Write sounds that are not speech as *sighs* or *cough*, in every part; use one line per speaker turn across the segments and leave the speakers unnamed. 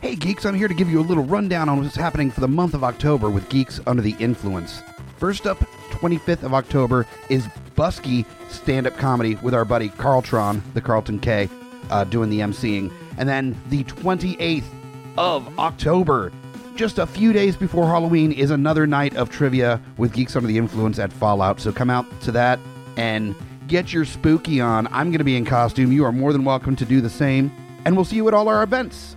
Hey, geeks, I'm here to give you a little rundown on what's happening for the month of October with Geeks Under the Influence. First up, 25th of October, is Busky stand up comedy with our buddy Carltron, the Carlton K, uh, doing the emceeing. And then the 28th of October, just a few days before Halloween, is another night of trivia with Geeks Under the Influence at Fallout. So come out to that and get your spooky on. I'm going to be in costume. You are more than welcome to do the same. And we'll see you at all our events.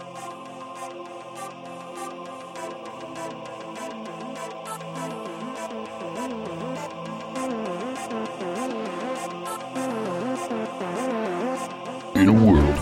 In a world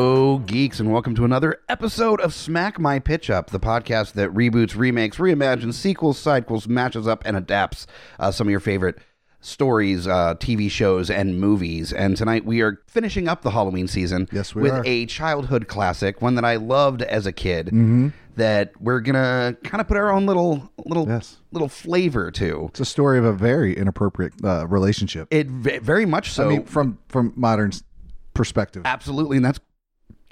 geeks, and welcome to another episode of Smack My Pitch Up, the podcast that reboots, remakes, reimagines, sequels, sidequels, matches up, and adapts uh, some of your favorite stories, uh, TV shows, and movies. And tonight we are finishing up the Halloween season
Yes, we
with
are.
a childhood classic, one that I loved as a kid.
Mm-hmm.
That we're gonna kind of put our own little little
Yes.
little flavor to.
It's a story of a very inappropriate uh, relationship.
It ve- very much so.
I mean, from from modern s- perspective,
Absolutely, and that's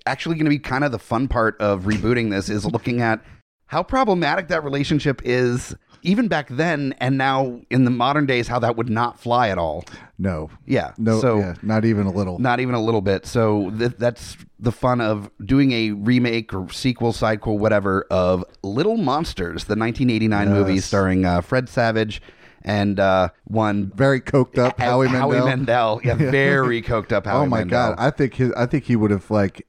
actually going to be kind of the fun part of rebooting this is looking at how problematic that relationship is even back then and now in the modern days how that would not fly at all.
no,
Yeah.
no,
So
yeah, not even a little.
not even a little bit. So th- that's the fun of doing a remake or sequel, sidequel, whatever of Little Monsters, the 1989 movie
Yes.
starring uh, Fred Savage and uh, one
very coked up.
A-
Howie Mandel.
Mandel.
*laughs*
Yeah, very coked up Howie
oh my
Mandel.
god, I think his, I think he would have like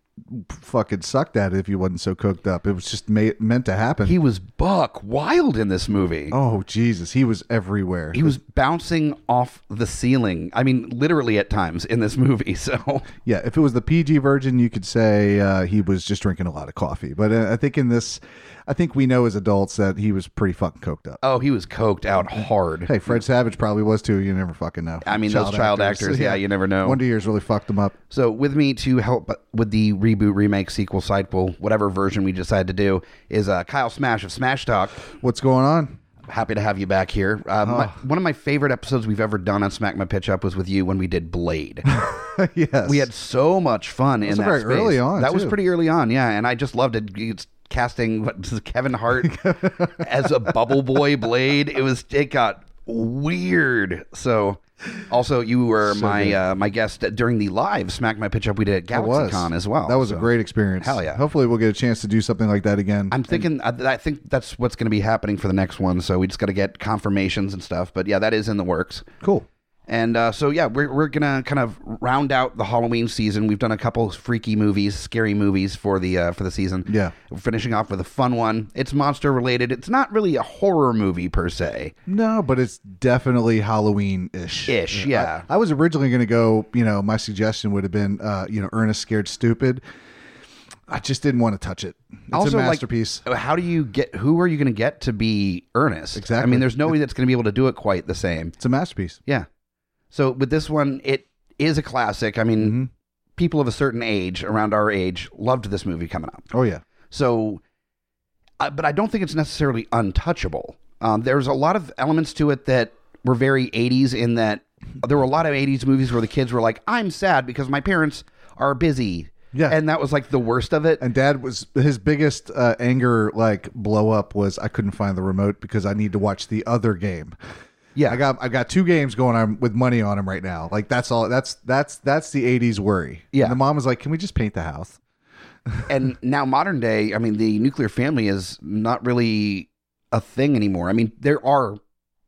fucking sucked at it if he wasn't so coked up. It was just ma- meant to happen.
He was buck wild in this movie.
oh Jesus, he was everywhere.
He was bouncing off the ceiling. I mean, literally at times in this *laughs* movie. So
yeah, if it was the PG version, you could say uh, he was just drinking a lot of coffee. But uh, I think in this, I think we know as adults that he was pretty fucking coked up.
Oh, he was coked out hard.
Hey, Fred Savage probably was too. You never fucking know.
I mean, those child actors, yeah, you never know.
Wonder Years really fucked them up.
So with me to help with the reboot, remake, sequel, sidequel, whatever version we decide to do is uh, Kyle Smash of Smash Talk.
What's going on? *laughs*
Happy to have you back here. Uh, my- one of my favorite episodes we've ever done on Smack My Pitch Up was with you when we did
*laughs*
Blade.
yes,
we had so much fun in
was
that
very
space.
early on,
That was
too.
pretty early on, yeah. And I just loved it. It's casting what, *laughs* this is Kevin
*laughs*
Hart as a bubble boy blade. It was it got weird. So, also you were my uh, my guest during the live Smack My Pitch Up we did at
That was
GalaxyCon as well.
That was
So,
a great experience.
Hell yeah.
Hopefully, we'll get a chance to do something like that again.
I'm thinking. uh, I, I think that's what's going to be happening for the next one. So we just got to get confirmations and stuff. But yeah, that is in the works.
cool.
And uh, so, yeah, we're, we're going to kind of round out the Halloween season. We've done a couple freaky movies, scary movies for the uh, for the season.
Yeah.
We're finishing off with a fun one. It's monster related. It's not really a horror movie per se.
No, but it's definitely Halloween ish.
Ish, yeah.
I, I was originally going to go. You know, my suggestion would have been, uh, you know, Ernest Scared Stupid. I just didn't want to touch it. It's
also,
a
like, uh,
masterpiece.
How do you get, who are you going to get to be Ernest? I
Exactly.
mean, there's no way that's going to be able to do it quite the same.
it's a masterpiece.
Yeah. So with this one, it is a classic. I mean,
Mm-hmm.
people of a certain age, around our age, loved this movie coming up.
Oh yeah.
So, uh, but I don't think it's necessarily untouchable. Um, there's a lot of elements to it that were very 80s in that there were a lot of 80s movies where the kids were like, I'm sad because my parents are busy.
Yeah.
And that was like the worst of it.
And dad was his biggest uh, anger, like blow up, was I couldn't find the remote because I need to watch the other game.
Yeah.
I got I got two games going on with money on them right now. Like that's all. That's that's that's the '80s worry.
Yeah.
And the mom was like, "Can we just paint the house?"
and now modern day, I mean, the nuclear family is not really a thing anymore. I mean, there are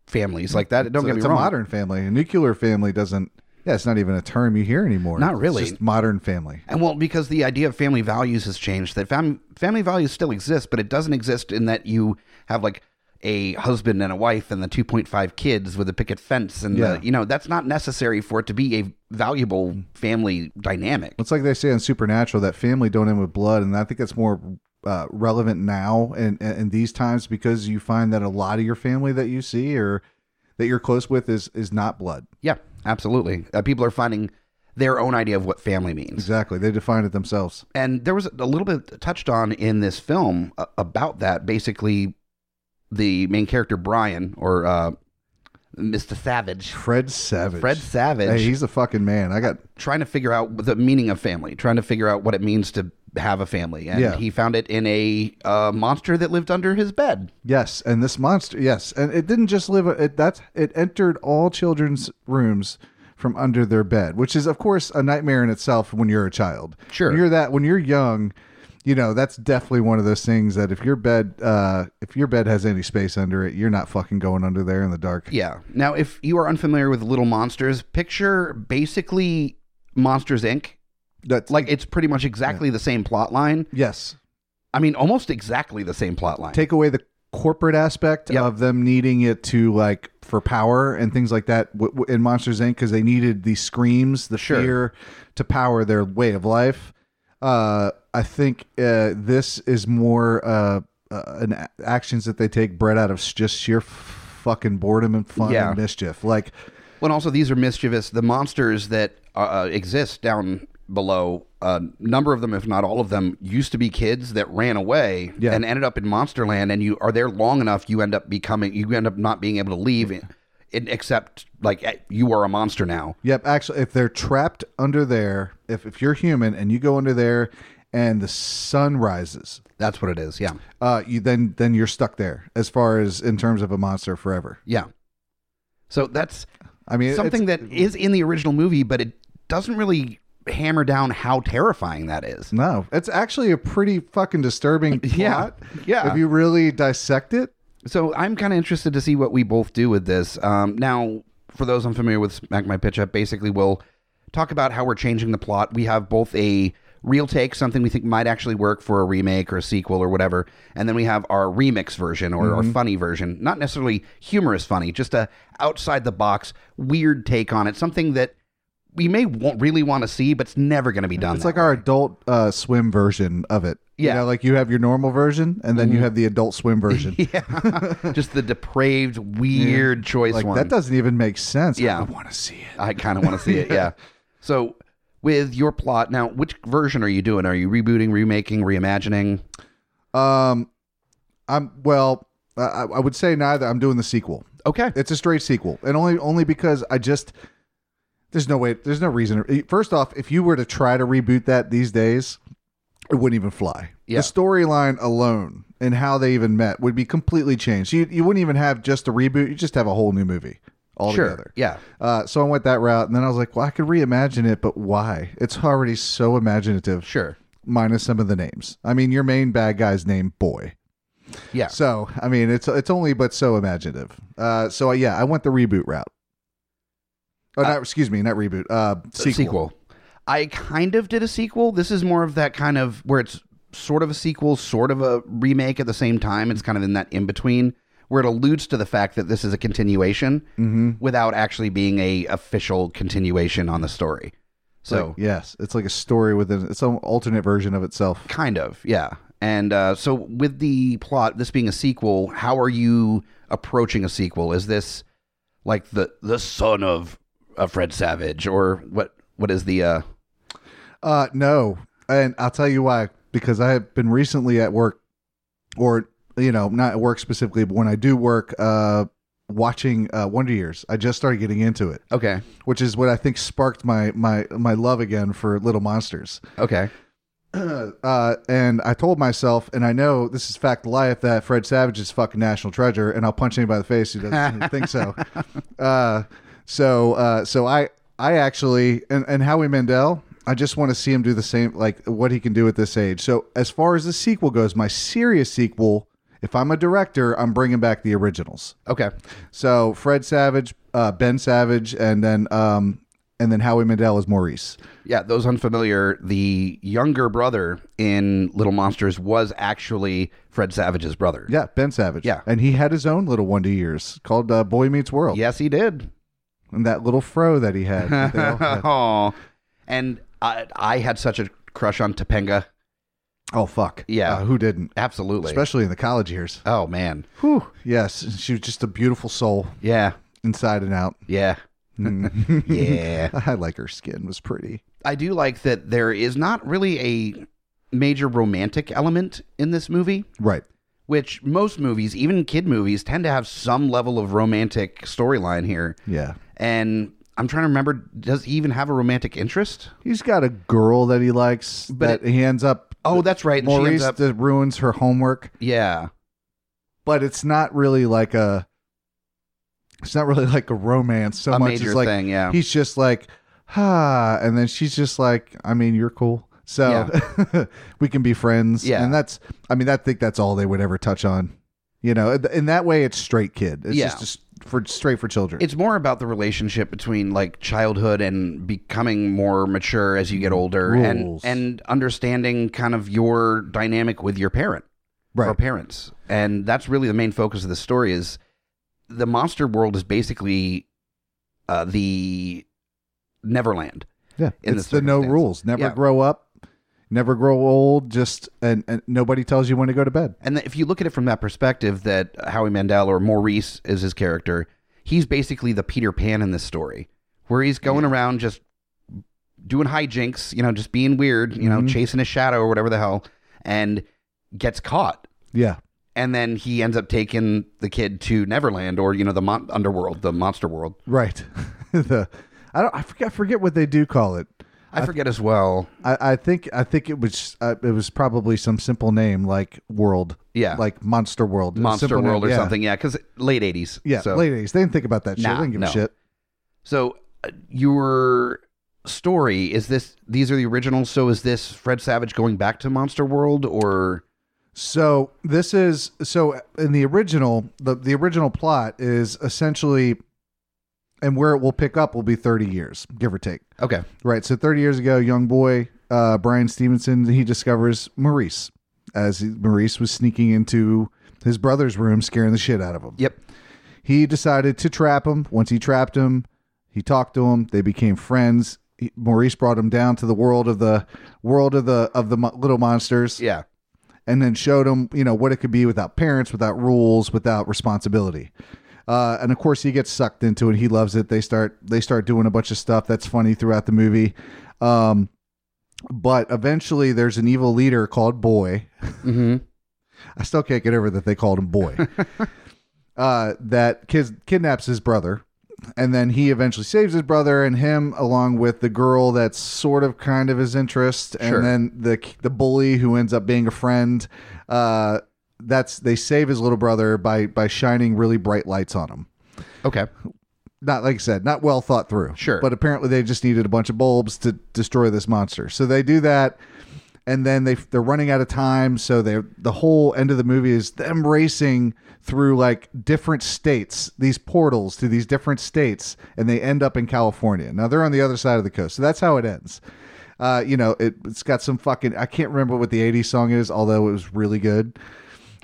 families like that. Don't
Mm-hmm. So
get me
it's a
wrong.
modern family. A nuclear family doesn't Yeah, it's not even a term you hear anymore.
Not
It's
really.
just modern family.
And well, because the idea of family values has changed, that fam- family values still exist, but it doesn't exist in that you have like a husband and a wife and the 2.5 kids with a picket fence. And,
Yeah.
the, you know, that's not necessary for it to be a valuable family dynamic.
It's like they say on Supernatural that family don't end with blood, and I think that's more uh, relevant now and and in these times because you find that a lot of your family that you see or that you're close with is is not blood.
Yeah, absolutely. Uh, people are finding their own idea of what family means.
Exactly, they define it themselves.
and there was a little bit touched on in this film uh, about that. Basically, the main character Brian or uh, Mr. Savage,
Fred Savage.
Fred Savage,
Hey, he's a fucking man. I got
trying to figure out the meaning of family, trying to figure out what it means to have a family, and
Yeah.
he found it in a uh, monster that lived under his bed.
yes, and this monster. Yes, and it didn't just live. It that's it entered all children's rooms from under their bed, which is of course a nightmare in itself when you're a child.
Sure.
When you're that when you're young. You know that's definitely one of those things that if your bed uh, if your bed has any space under it, you're not fucking going under there in the dark.
Yeah. Now, if you are unfamiliar with Little Monsters, picture basically Monsters Inc.
That's
Like it's pretty much exactly the same plot line.
yes,
I mean, almost exactly the same plot line.
take away the corporate aspect
Yep.
of them needing it to like for power and things like that w- w- in Monsters Inc. because they needed the screams, the
Sure.
fear to power their way of life. Uh, I think uh, this is more uh, uh, an a- actions that they take bred out of s- just sheer f- fucking boredom and fun
Yeah.
and mischief. Like
Well, and also these are mischievous. The monsters that uh, exist down below, a number of them, if not all of them, used to be kids that ran away
Yeah.
and ended up in Monsterland. And you are there long enough, you end up becoming, you end up not being able to leave, in, except like eh, you are a monster now.
Yep, actually, if they're trapped under there, if, if you're human and you go under there and the sun rises,
That's what it is. Yeah,
uh, you then then you're stuck there as far as in terms of a monster forever.
yeah. So that's
I mean,
something
something
that is in the original movie, but it doesn't really hammer down how terrifying that is.
no, it's actually a pretty fucking disturbing
*laughs* Yeah,
plot.
yeah.
if you really dissect it.
So I'm kind of interested to see what we both do with this. Um, now, for those unfamiliar with Smack My Pitch Up, basically we'll talk about how we're changing the plot. We have both a real take, something we think might actually work for a remake or a sequel or whatever, and then we have our remix version or
Mm-hmm.
our funny version, not necessarily humorous funny, just a outside the box weird take on it, something that we may wa- really want to see, but it's never going to be done.
It's
that
like
way. *laughs*
our adult uh, swim version of it.
Yeah. Mm-hmm.
you know, like you have your normal version, and then you have the adult swim
*laughs*
version.
yeah, just the depraved, weird choice
Like
one.
that doesn't even make sense.
Yeah.
I want to see it.
I kind of want to see it. *laughs* Yeah. So with your plot now, which version are you doing? Are you rebooting, remaking, reimagining?
Um, I'm well. I, I I would say neither. I'm doing the sequel.
Okay.
It's a straight sequel, and only only because I just there's no way. There's no reason. Eh, First off, if you were to try to reboot that these days, it wouldn't even fly.
Yeah.
The storyline alone and how they even met would be completely changed. You you wouldn't even have just a reboot. You just have a whole new movie
Sure.
altogether.
Yeah.
Uh, so I went that route, and then I was like, "Well, I could reimagine it, but why? It's already so imaginative."
Sure.
minus some of the names. I mean, your main bad guy's name, Boy.
Yeah.
So, I mean, it's it's only but so imaginative. Uh, so uh, yeah, I went the reboot route. Oh, not excuse me, not reboot. Uh, sequel.
I kind of did a sequel. This is more of that kind of where it's sort of a sequel, sort of a remake at the same time. It's kind of in that in between where it alludes to the fact that this is a continuation without actually being a official continuation on the story. So
Like, yes, it's like a story within it's an alternate version of itself.
Kind of, yeah. And uh, so, with the plot, this being a sequel, how are you approaching a sequel? Is this like the the son of uh, Fred Savage, or what? What is the? Uh,
Uh, no, and I'll tell you why. Because I have been recently at work, or you know, not at work specifically, but when I do work, uh, watching uh, Wonder Years. I just started getting into it.
okay,
which is what I think sparked my my my love again for Little Monsters. *clears throat*
okay,
Uh, and I told myself, and I know this is fact life, that Fred Savage is fucking national treasure, and I'll punch anybody in the face who doesn't think so. Uh, so uh, so I I actually and, and Howie Mandel. I just want to see him do the same, like what he can do at this age. So, as far as the sequel goes, my serious sequel, if I'm a director, I'm bringing back the originals.
okay.
So Fred Savage, uh, Ben Savage, and then um, and then Howie Mandel is Maurice.
Yeah, those unfamiliar, the younger brother in Little Monsters was actually Fred Savage's brother.
Yeah, Ben Savage.
Yeah.
and he had his own little one to years called uh, Boy Meets World.
Yes, he did.
and that little fro that he had. that
*laughs*
they all had.
Oh, and I, I had such a crush on Topanga.
oh fuck.
Yeah.
Uh, who didn't?
Absolutely.
Especially in the college years.
oh, man.
Whew. Yes, she was just a beautiful soul
Yeah.
inside and
*laughs*
out.
Yeah.
Mm.
Yeah.
*laughs* I like her skin was pretty.
I do like that there is not really a major romantic element in this movie,
Right.
which most movies, even kid movies, tend to have some level of romantic storyline here.
Yeah.
And I'm trying to remember, does he even have a romantic interest?
He's got a girl that he likes,
But
but he ends up.
Oh, that's right. and she ends
Maurice
up-
that ruins her homework,
yeah.
but it's not really like a. It's not really *laughs* like a romance so
a
much.
major
it's like
thing, yeah.
he's just like, ha, and then she's just like, I mean, you're cool, so *laughs* we can be friends.
Yeah.
and that's, I mean, I think that's all they would ever touch on. You know, in- in that way, it's straight kid. It's
Yeah.
just, just for straight for children.
It's more about the relationship between like childhood and becoming more mature as you get older
Rules.
and and understanding kind of your dynamic with your parent. or
right.
parents. And that's really the main focus of the story is the monster world is basically uh, the Neverland.
Yeah,
in
it's
the
the, no
circumstance.
rules. Never
Yeah.
grow up, never grow old. Just and, and nobody tells you when to go to bed.
And if you look at it from that perspective that Howie Mandel or Maurice is his character, he's basically the Peter Pan in this story where he's going around just doing hijinks, you know, just being weird, you know,
Mhm.
chasing a shadow or whatever the hell and gets caught.
Yeah,
And then he ends up taking the kid to Neverland or, you know, the mon- underworld, the monster world.
right. *laughs* the I don't. I forget. I forget what they do call it.
I forget as well.
I, I think. I think it was. Uh, it was probably some simple name like World.
Yeah.
like Monster World. A
Monster
simple
World
name,
or
yeah.
something. Yeah, because late 80s.
Yeah,
So,
late eighties. They didn't think about that shit.
Nah,
they didn't give
no.
a shit.
so uh, your story is this, these are the originals. So is this Fred Savage going back to Monster World or.
So this is so in the original the the original plot is essentially, and where it will pick up will be thirty years, give or take.
Okay.
Right. So 30 years ago, young boy uh, Brian Stevenson he discovers Maurice as he, Maurice was sneaking into his brother's room, scaring the shit out of him.
Yep.
He decided to trap him. Once he trapped him, he talked to him. They became friends. He, Maurice brought him down to the world of the world of the of the mo- little monsters,
Yeah.
and then showed him you know what it could be without parents, without rules, without responsibility. Uh, and of course, he gets sucked into it. He loves it. They start they start doing a bunch of stuff that's funny throughout the movie. Um, but eventually, there's an evil leader called Boy.
Mm-hmm.
I still can't get over that they called him Boy. uh, that kid kidnaps his brother, and then he eventually saves his brother and him, along with the girl that's sort of kind of his interest, and
Sure.
then the the bully who ends up being a friend. Uh, that's they save his little brother by by shining really bright lights on him
Okay.
not like I said, not well thought through.
Sure.
But apparently they just needed a bunch of bulbs to destroy this monster. So they do that and then they they're running out of time, so they the whole end of the movie is them racing through like different states, these portals to these different states and they end up in California. Now they're on the other side of the coast. So that's how it ends. Uh, you know, it, it's got some fucking. I can't remember what the '80s song is, although it was really good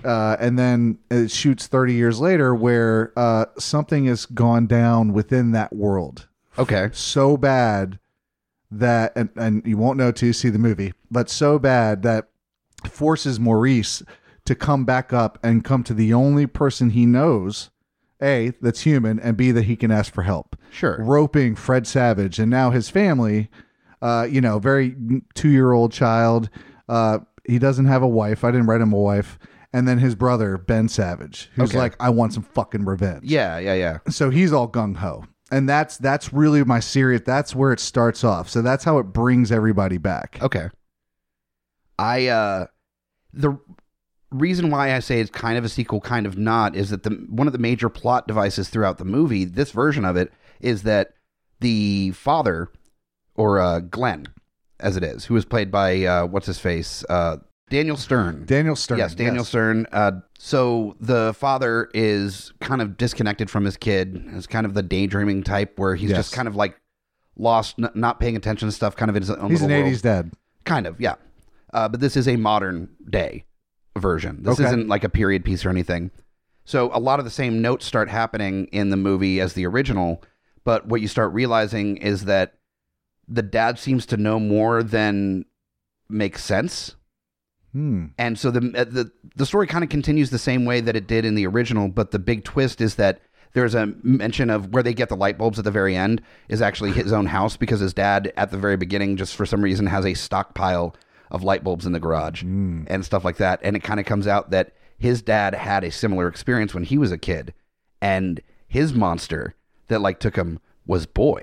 uh, and then it shoots 30 years later where uh, something has gone down within that world
Okay.
so bad that and, and you won't know till you see the movie but so bad that forces maurice to come back up and come to the only person he knows a that's human and b that he can ask for help
Sure.
roping Fred Savage and now his family, uh, you know, very two year old child. Uh, he doesn't have a wife. I didn't write him a wife. And then his brother, Ben Savage, who's
Okay.
like, I want some fucking revenge.
Yeah. Yeah. Yeah.
So he's all gung ho. And that's that's really my serious that's where it starts off. So that's how it brings everybody back.
Okay. I uh the reason why I say it's kind of a sequel, kind of not, is that the one of the major plot devices throughout the movie, this version of it, is that the father, or uh, Glenn, as it is, who was played by uh, what's his face, uh, Daniel Stern.
Daniel Stern.
Yes, Daniel Stern. Uh, so the father is kind of disconnected from his kid. It's kind of the daydreaming type where he's
Yes.
just kind of like lost, n- not paying attention to stuff, kind of in his own
He's an
little world.
'80s dad.
Kind of, yeah. Uh, but this is a modern day version. This
Okay.
isn't like a period piece or anything. So a lot of the same notes start happening in the movie as the original, but what you start realizing is that the dad seems to know more than makes sense.
Hmm.
And so the uh, the the story kind of continues the same way that it did in the original, but the big twist is that there's a mention of where they get the light bulbs at the very end is actually his own house because his dad at the very beginning just for some reason has a stockpile of light bulbs in the garage and stuff like that and it kind of comes out that his dad had a similar experience when he was a kid and his monster that like took him was boy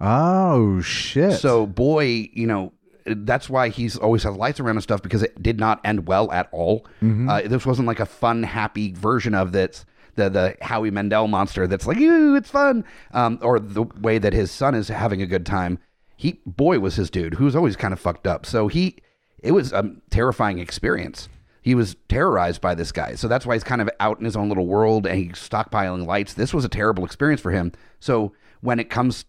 Oh shit.
so boy, you know, that's why he's always has lights around and stuff because it did not end well at all. Uh, this wasn't like a fun, happy version of this. The, the Howie Mandel monster that's like ooh it's fun um, or the way that his son is having a good time he boy was his dude who's always kind of fucked up so he it was a terrifying experience he was terrorized by this guy so that's why he's kind of out in his own little world and he's stockpiling lights this was a terrible experience for him so when it comes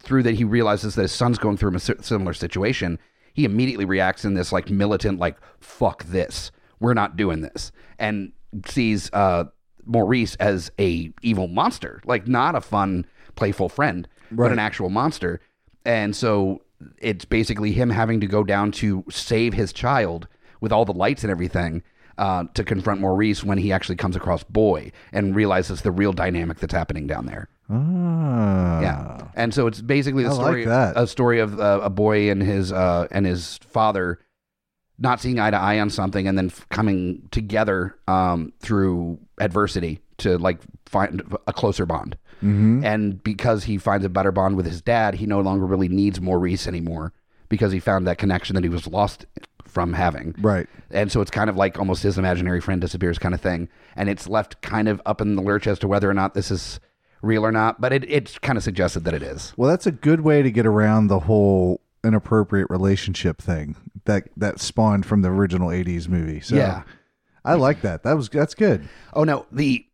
through that he realizes that his son's going through a si- similar situation, he immediately reacts in this like militant, like "fuck this, we're not doing this," and sees uh, Maurice as a evil monster, like not a fun, playful friend, but an actual monster. And so it's basically him having to go down to save his child with all the lights and everything. Uh, to confront Maurice when he actually comes across Boy and realizes the real dynamic that's happening down there.
Ah.
Yeah, and so it's basically the
I like
story
that.
a story of uh, a boy and his uh, and his father not seeing eye to eye on something, and then f- coming together um, through adversity to like find a closer bond.
Mhm.
And because he finds a better bond with his dad, he no longer really needs Maurice anymore because he found that connection that he was lost from having.
Right.
And so it's kind of like almost his imaginary friend disappears kind of thing. And it's left kind of up in the lurch as to whether or not this is real or not. But it, it's kind of suggested that it is.
Well, that's a good way to get around the whole inappropriate relationship thing that that spawned from the original '80s movie. So
Yeah.
I like that. That was that's good.
Oh, no. The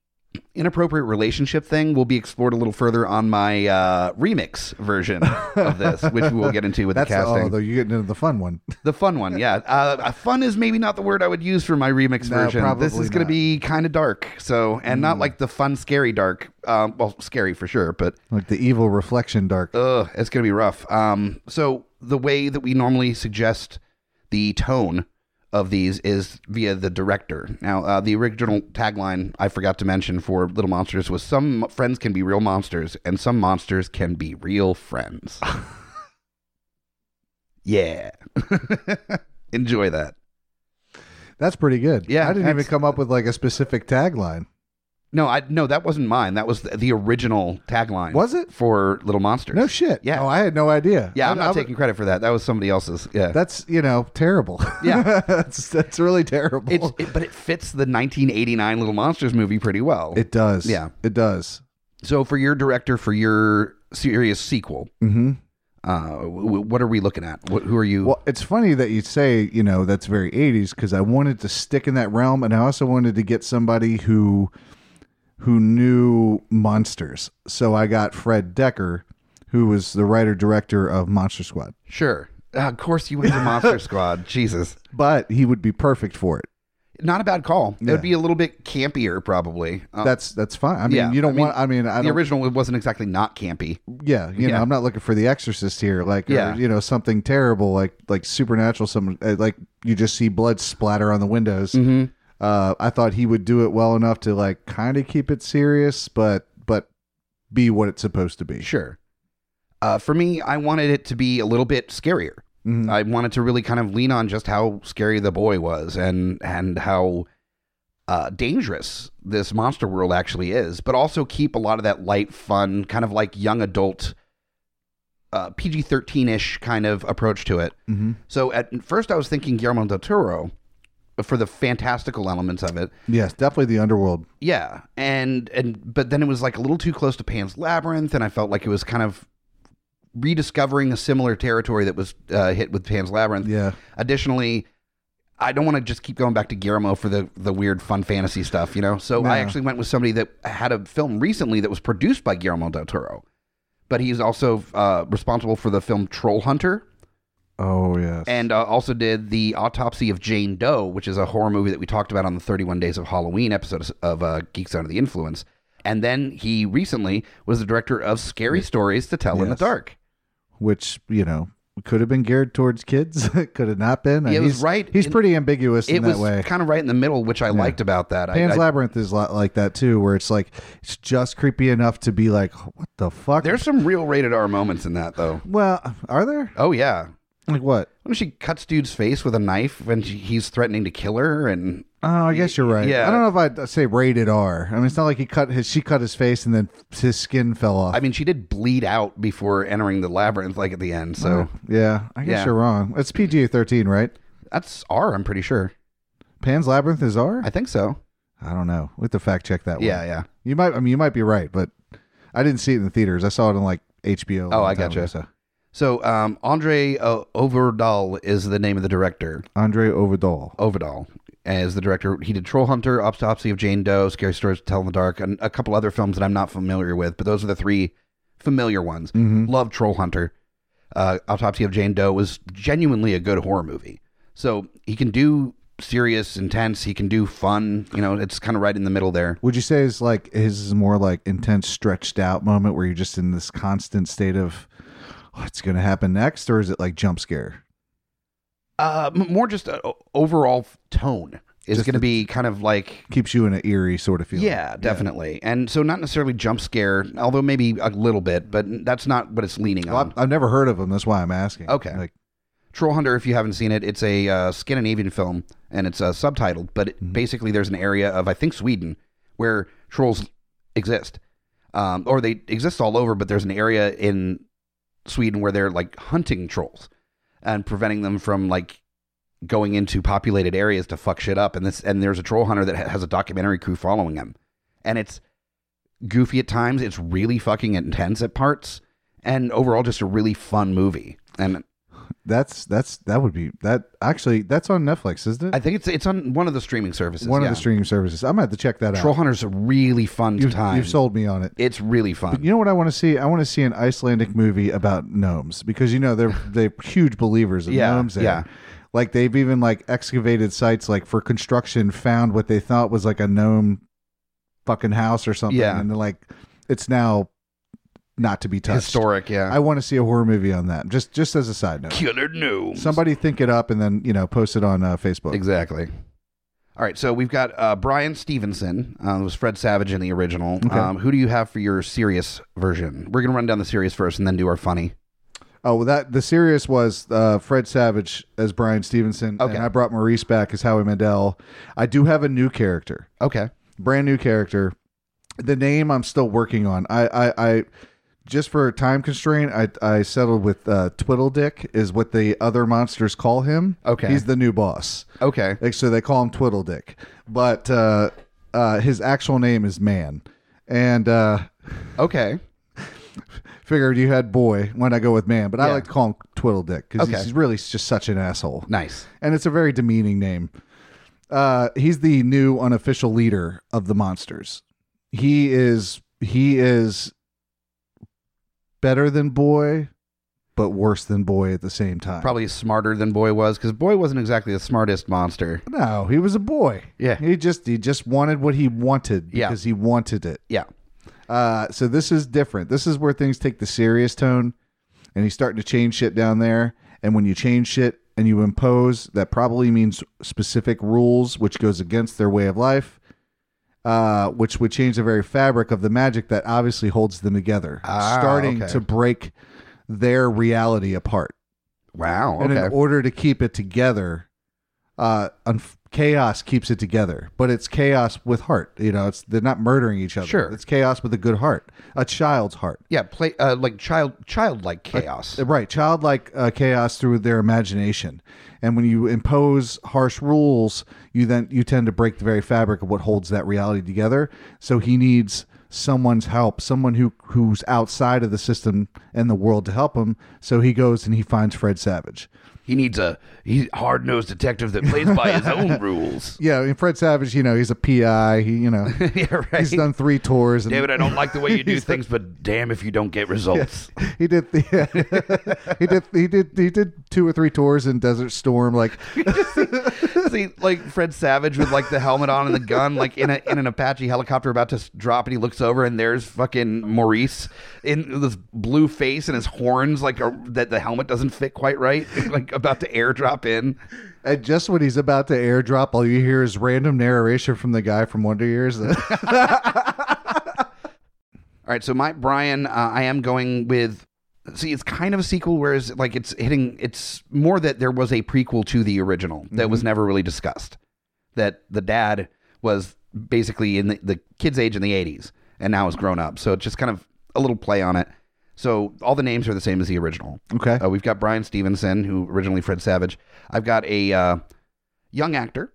inappropriate relationship thing will be explored a little further on my uh, remix version of
*laughs*
this, which we'll get into with
That's
the casting.
oh, though you get into the fun one.
The fun one, yeah. Uh, fun is maybe not the word I would use for my remix
No,
version. This
probably
is going
not. Mm.
to be kind of dark, so and not like the fun, scary dark. Um, well, scary for sure, but
like the evil reflection dark.
ugh, it's going to be rough. Um, so the way that we normally suggest the tone of these is via the director. Now, uh, the original tagline I forgot to mention for Little Monsters was "Some friends can be real monsters, and some monsters can be real friends." *laughs* yeah, *laughs* enjoy that.
That's pretty good.
Yeah,
I didn't even
that's-
come up with like a specific tagline.
No, I no, that wasn't mine. That was the, the original tagline.
Was it?
for Little Monsters?
No shit.
Yeah.
Oh, I had no idea.
yeah,
I,
I'm not
I would-
taking credit for that. That was somebody else's. Yeah,
That's you know terrible.
Yeah.
*laughs* that's that's really terrible. *laughs*
it's it, but it fits the 1989 Little Monsters movie pretty well.
it does.
Yeah.
It does.
so for your director for your serious sequel,
Mm-hmm.
uh, w- w- what are we looking at? What, who are you?
Well, it's funny that you say, you know, that's very 80s because I wanted to stick in that realm and I also wanted to get somebody who who knew monsters. So I got Fred Decker, who was the writer director of Monster Squad.
sure, Uh, of course you went to
*laughs*
Monster Squad. Jesus,
But he would be perfect for it.
not a bad call. It
Yeah.
would be a little bit campier, probably. Uh,
That's that's fine. I mean,
yeah,
you don't
I mean,
want I mean, I
the
don't
original it wasn't exactly not campy.
yeah, you know,
yeah.
I'm not looking for the exorcist here like
Yeah.
or, you know, something terrible like like supernatural some uh, like you just see blood splatter on the windows.
Mm-hmm.
uh, I thought he would do it well enough to like kind of keep it serious, but but be what it's supposed to be.
Sure. Uh, for me, I wanted it to be a little bit scarier.
Mhm.
I wanted to really kind of lean on just how scary the boy was and and how uh, dangerous this monster world actually is, but also keep a lot of that light, fun, kind of like young adult, uh, PG thirteen ish kind of approach to it.
Mhm.
So at first, I was thinking Guillermo del Toro for the fantastical elements of it,
Yes, definitely the underworld.
yeah, and and but then it was like a little too close to Pan's Labyrinth, and I felt like it was kind of rediscovering a similar territory that was uh, hit with Pan's Labyrinth.
Yeah,
Additionally, I don't want to just keep going back to Guillermo for the the weird fun fantasy stuff, you know. So I
No.
actually went with somebody that had a film recently that was produced by Guillermo del Toro, but he's also uh, responsible for the film Troll Hunter
Oh yes.
and uh, also did the autopsy of Jane Doe, which is a horror movie that we talked about on the 31 Days of Halloween episode of uh, Geeks Under the Influence. And then he recently was the director of Scary Stories to Tell in the
Yes.
Dark.
Which you know could have been geared towards kids. *laughs* could have not been.
It was
he's,
right
He's
in-
pretty ambiguous
It
in that
was
way.
kind of right in the middle, which I liked about that. I-
Pan's
I-
Labyrinth is lot like that too, where it's like it's just creepy enough to be like, what the fuck?
there's some real rated R moments in that, though.
well, are there?
Oh, yeah.
Like what?
When she cuts dude's face with a knife when she, he's threatening to kill her, and
Oh, I guess you're right.
yeah.
I don't know if I'd- I'd say rated R. I mean, it's not like he cut his, she cut his face and then his skin fell off.
I mean, she did bleed out before entering the labyrinth, like at the end. So
yeah, I guess
Yeah.
you're wrong. It's PG 13, right?
that's R, I'm pretty sure.
Pan's Labyrinth is R?
I think so.
I don't know. We have to fact check that one.
Yeah, yeah.
You might, I mean, you might be right, but I didn't see it in the theaters. I saw it on like
Oh,
HBO. a long
I
time
gotcha.
ago, so.
So, um, Andre uh, Overdahl is the name of the director.
Andre Overdahl.
Overdahl is the director. He did Troll Hunter, Autopsy of Jane Doe, Scary Stories to Tell in the Dark, and a couple other films that I'm not familiar with, but those are the three familiar ones.
Mm-hmm.
Love Troll Hunter. Uh, Autopsy of Jane Doe was genuinely a good horror movie. So he can do serious, intense. He can do fun. You know, it's kind of right in the middle there.
Would you say is like his is more like intense, stretched out moment where you're just in this constant state of what's going to happen next, or is it like jump scare?
Uh, m- more just uh, o- overall f- tone is
Just
going to
the-
be kind of like
Keeps you in an eerie sort of feeling.
Yeah, definitely. And so not necessarily jump scare, although maybe a little bit, but that's not what it's leaning
Well,
on.
I've, I've never heard of him. That's why I'm asking.
Okay.
Like,
Troll Hunter, if you haven't seen it, it's a uh, Scandinavian film and it's uh, subtitled, but it, basically there's an area of, I think, Sweden where trolls exist. Um, or they exist all over, but there's an area in Sweden where they're like hunting trolls and preventing them from like going into populated areas to fuck shit up. And this and there's a troll hunter that ha- has a documentary crew following him, and it's goofy at times. It's really fucking intense at parts, and overall just a really fun movie. And
that's that's that would be that actually that's on Netflix, isn't it?
I think it's it's on one of the streaming services.
One
yeah.
of the streaming services. I'm gonna have to check that
Troll
out.
Hunter's a really fun
You've,
time.
you've sold me on it.
it's really fun.
You know what I want to see? I want to see an Icelandic movie about gnomes because you know they're
*laughs*
they're huge believers in
Yeah,
gnomes. there.
yeah.
Like they've even like excavated sites like for construction, found what they thought was like a gnome fucking house or something,
Yeah.
and they're like it's now not to be touched.
Historic, yeah.
I want to see a horror movie on that. Just just as a side note,
Killer Gnomes.
somebody think it up and then you know post it on uh, Facebook.
Exactly. All right, so we've got uh, Brian Stevenson. Uh, it was Fred Savage in the original. Um, who do you have for your serious version? We're gonna run down the serious first, and then do our funny.
Oh, well, that the serious was uh, Fred Savage as Brian Stevenson,
Okay.
and I brought Maurice back as Howie Mandel. I do have a new character,
Okay.
brand new character. The name I'm still working on. I, I, I just for time constraint, I, I settled with uh, Twiddledick is what the other monsters call him.
Okay.
he's the new boss.
Okay.
Like, so they call him Twiddledick, but uh, uh, his actual name is Man, and. Uh,
Okay.
Figured you had boy. Why not go with man? But I
Yeah.
like to call him Twiddledick because
Okay.
he's really just such an asshole.
Nice.
And it's a very demeaning name. Uh, he's the new unofficial leader of the monsters. He is he is better than boy, but worse than boy at the same time.
Probably smarter than Boy was, because Boy wasn't exactly the smartest monster.
no. He was a boy.
Yeah.
He just he just wanted what he wanted
Yeah.
because he wanted it.
Yeah.
Uh, so this is different. This is where things take the serious tone, and he's starting to change shit down there. And when you change shit and you impose, that probably means specific rules, which goes against their way of life, uh, which would change the very fabric of the magic that obviously holds them together,
Ah,
starting
okay.
to break their reality apart.
Wow.
And
Okay.
in order to keep it together, uh, unf chaos keeps it together, but it's chaos with heart. You know, it's they're not murdering each other.
Sure.
it's chaos with a good heart, a child's heart.
yeah. Play uh, like child childlike chaos.
Right, childlike uh, chaos through their imagination, and when you impose harsh rules, you then you tend to break the very fabric of what holds that reality together. So he needs someone's help, someone who who's outside of the system and the world to help him. So he goes and he finds Fred Savage,
He needs a he hard nosed detective that plays by his *laughs* own rules.
Yeah, and Fred Savage, you know, he's a PI. He, you
*laughs*
know,
yeah, right.
he's done three tours. And
David, I don't like the way you do things, but damn if you don't get results.
*laughs* he did, the, *laughs* he did, he did, he did two or three tours in Desert
*laughs*
Storm. Like,
*laughs* See, like Fred Savage with like the helmet on and the gun, like in a in an Apache helicopter about to s- drop, and he looks over and there's fucking Maurice in this blue face and his horns, like are, that the helmet doesn't fit quite right, *laughs* like about to airdrop in.
and just when he's about to airdrop, all you hear is random narration from the guy from Wonder Years. *laughs*
All right, so my Brian, uh, I am going with. See, it's kind of a sequel, whereas like it's hitting. It's more that there was a prequel to the original that was never really discussed. That the dad was basically in the, the kid's age in the '80s and now is grown up, so it's just kind of a little play on it. So all the names are the same as the original.
okay,
Uh, we've got Brian Stevenson, who originally Fred Savage. I've got a uh, young actor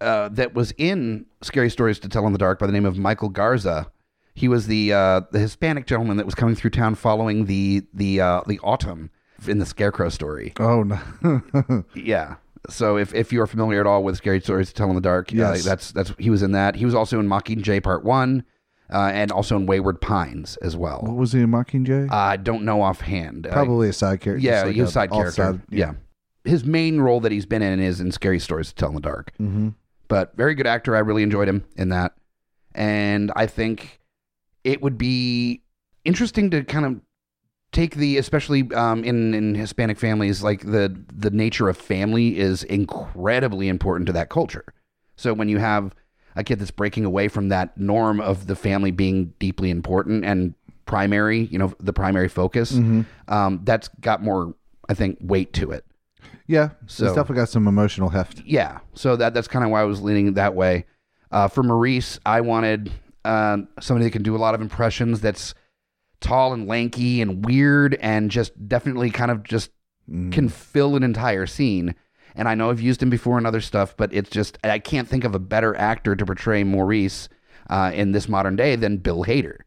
uh, that was in Scary Stories to Tell in the Dark by the name of Michael Garza. He was the uh, the Hispanic gentleman that was coming through town following the the uh, the autumn in the Scarecrow story.
oh no, *laughs*
Yeah. So if, if you are familiar at all with Scary Stories to Tell in the Dark,
Yes.
uh, that's that's he was in that. He was also in Mockingjay Part One, uh, and also in Wayward Pines as
what
well.
was he in Mockingjay?
I don't know offhand. Uh,
Probably a side character.
yeah,
just like
he's
a
a side character.
offside-
yeah. His main role that he's been in is in Scary Stories to Tell in the Dark.
Mhm.
But very good actor. I really enjoyed him in that. And I think it would be interesting to kind of take the especially um, in in Hispanic families like the the nature of family is incredibly important to that culture. So when you have a kid that's breaking away from that norm of the family being deeply important and primary, you know, the primary focus,
Mm-hmm.
um, that's got more, I think, weight to it.
Yeah,
So-
he's definitely got some emotional heft.
Yeah. So that that's kind of why I was leaning that way. Uh, for Maurice, I wanted uh, somebody that can do a lot of impressions. That's tall and lanky and weird and just definitely kind of just
Mm.
can fill an entire scene. And I know I've used him before in other stuff, but it's just I can't think of a better actor to portray Maurice uh, in this modern day than Bill Hader.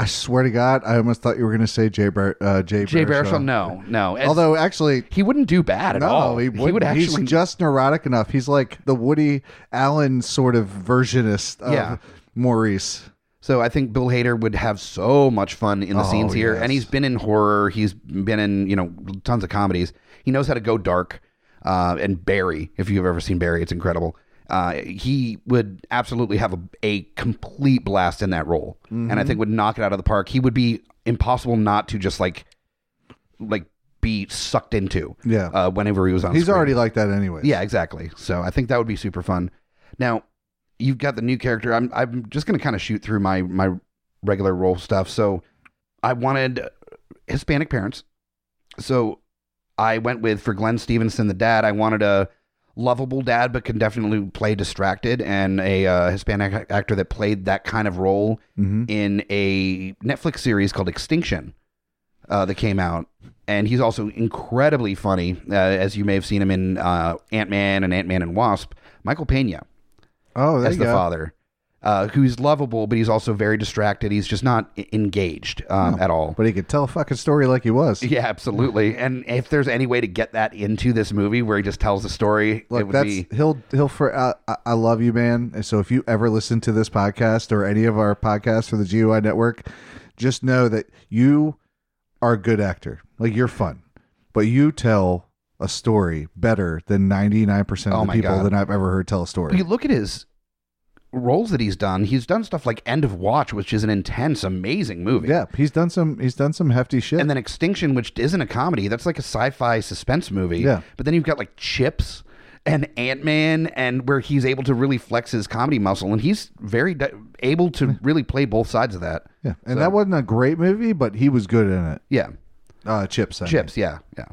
I swear to God, I almost thought you were going to say Jay Bar- uh, Jay,
Jay
Baruchel.
Baruchel, no, no. It's-
Although, actually,
he wouldn't do bad at
no,
all.
he, wouldn't.
would
He's
actually
just neurotic enough. He's like the Woody Allen sort of versionist of
Yeah.
Maurice.
So I think Bill Hader would have so much fun in the
Oh,
scenes here,
yes.
and he's been in horror. He's been in you know tons of comedies. He knows how to go dark. Uh, and Barry, if you've ever seen Barry, it's incredible. Uh, he would absolutely have a, a complete blast in that role,
Mm-hmm.
and I think would knock it out of the park. He would be impossible not to just like, like be sucked into.
Yeah.
Uh, whenever he was on,
He's
screen.
already like that anyway.
Yeah, exactly. So I think that would be super fun. Now, you've got the new character. I'm I'm just going to kind of shoot through my my regular role stuff. So I wanted Hispanic parents. So I went with for Glenn Stevenson the dad. I wanted a lovable dad but can definitely play distracted and a uh, Hispanic ac- actor that played that kind of role
hmm
in a Netflix series called Extinction uh, that came out, and he's also incredibly funny, uh, as you may have seen him in uh, Ant Man and Ant Man and Wasp. Michael Pena
Oh, there
as the
you go.
father, uh, who's lovable, but he's also very distracted. He's just not e- engaged um, at all.
But he could tell a fucking story like he was.
*laughs* Yeah, absolutely. And if there's any way to get that into this movie where he just tells the story, it
Look,
would
that's
be
he'll he'll for uh, I, I love you, man. And so if you ever listen to this podcast or any of our podcasts for the GUI network, just know that you are a good actor. Like you're fun, but you tell a story better than ninety nine percent
Oh
of the
my
people
God.
that I've ever heard tell a
But
story.
you look at his roles that he's done. He's done stuff like End of Watch, which is an intense, amazing movie.
Yeah, he's done some he's done some hefty shit.
and then Extinction, which isn't a comedy. That's like a sci-fi suspense movie.
Yeah.
But then you've got like Chips and Ant Man, and where he's able to really flex his comedy muscle, and he's very di- able to really play both sides of that.
yeah, and that wasn't a great movie, but he was good in it.
Yeah.
Uh, Chips, I mean.
Chips. Yeah. Yeah.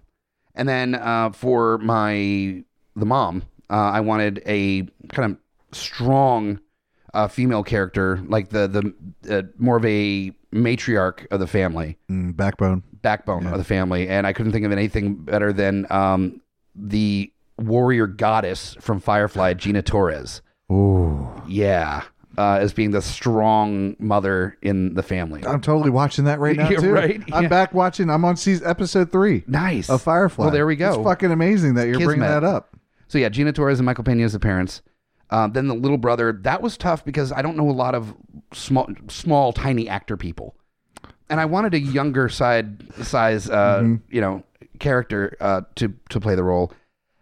And then uh, for my the mom, uh, I wanted a kind of strong uh, female character, like the the uh, more of a matriarch of the family.
Mm, backbone.
backbone of the family, and I couldn't think of anything better than um, the warrior goddess from Firefly, Gina Torres.
Ooh,
Yeah, uh, as being the strong mother in the family.
I'm totally watching that
*laughs*
right now
Yeah,
too.
right? Yeah.
I'm back watching. I'm on season episode three
Nice.
of Firefly.
Well, there we go.
It's fucking amazing that you're bringing
Kismet.
that up.
So yeah, Gina Torres and Michael Pena as the parents. Um, then the little brother. That was tough because I don't know a lot of small, small, tiny actor people, and I wanted a younger side size, uh,
Mm-hmm.
you know, character uh, to to play the role.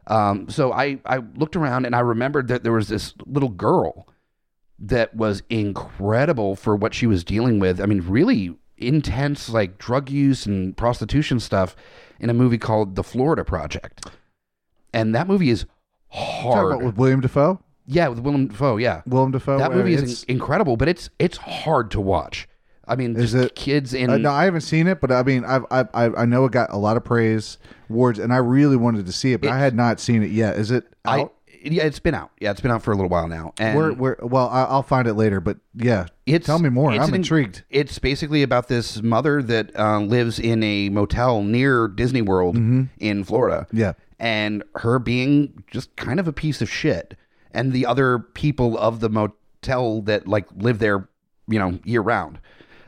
Um, so I I looked around and I remembered that there was this little girl that was incredible for what she was dealing with. I mean, really intense like drug use and prostitution stuff in a movie called The Florida Project. And that movie is
Talk
hard.
about with William Defoe.
yeah, with Willem Dafoe, yeah.
Willem Dafoe.
that
I mean,
movie
it's-
is in- incredible, but it's it's hard to watch. I mean,
Is
just
it-
kids in
Uh, no, I haven't seen it, but I mean, I've, I've, I've- I know it got a lot of praise awards, and I really wanted to see it, but I had not seen it yet. Is it
I-
out?
yeah, it's been out. Yeah, it's been out for a little while now. And
where, where, well, I, I'll find it later, but yeah,
It's-
tell me more.
it's
I'm
an-
intrigued.
It's basically about this mother that uh, lives in a motel near Disney World in Florida.
Yeah.
And her being just kind of a piece of shit. And the other people of the motel that like live there, you know, year round,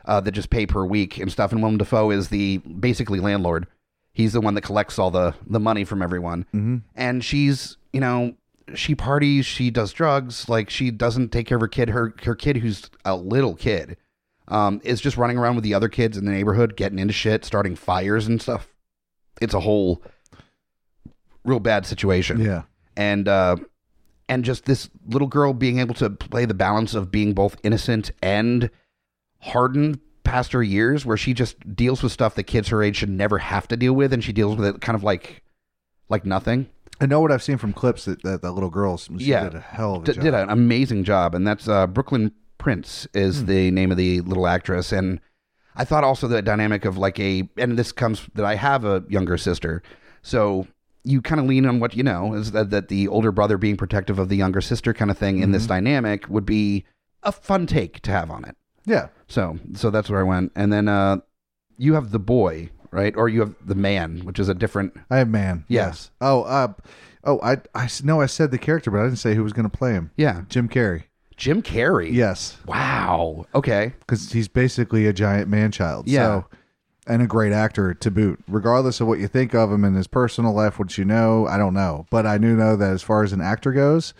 uh, that just pay per week and stuff. And Willem Dafoe is the basically landlord. He's the one that collects all the, the money from everyone. And she's, you know, she parties, she does drugs, like she doesn't take care of her kid. Her her kid who's a little kid um, is just running around with the other kids in the neighborhood, getting into shit, starting fires and stuff. It's a whole real bad situation.
Yeah.
And uh, and just this little girl being able to play the balance of being both innocent and hardened past her years, where she just deals with stuff that kids her age should never have to deal with, and she deals with it kind of like like nothing.
I know what I've seen from clips that that, that little girl she
Yeah.
did a hell of a
D-
job.
did an amazing job, and that's uh, Brooklyn Prince is the name of the little actress. And I thought also the dynamic of like a, and this comes that I have a younger sister, so you kind of lean on what you know is that that the older brother being protective of the younger sister kind of thing in this dynamic would be a fun take to have on it.
yeah.
So so that's where I went, and then uh, you have the boy, right, or you have the man, which is a different.
I have man.
Yeah.
Yes. Oh, uh, oh, I, I s- no, I said the character, but I didn't say who was going to play him.
Yeah,
Jim Carrey.
Jim Carrey.
Yes.
Wow. Okay.
because he's basically a giant man child.
Yeah.
So, and a great actor to boot. Regardless of what you think of him in his personal life, which you know, I don't know. But I do know that as far as an actor goes,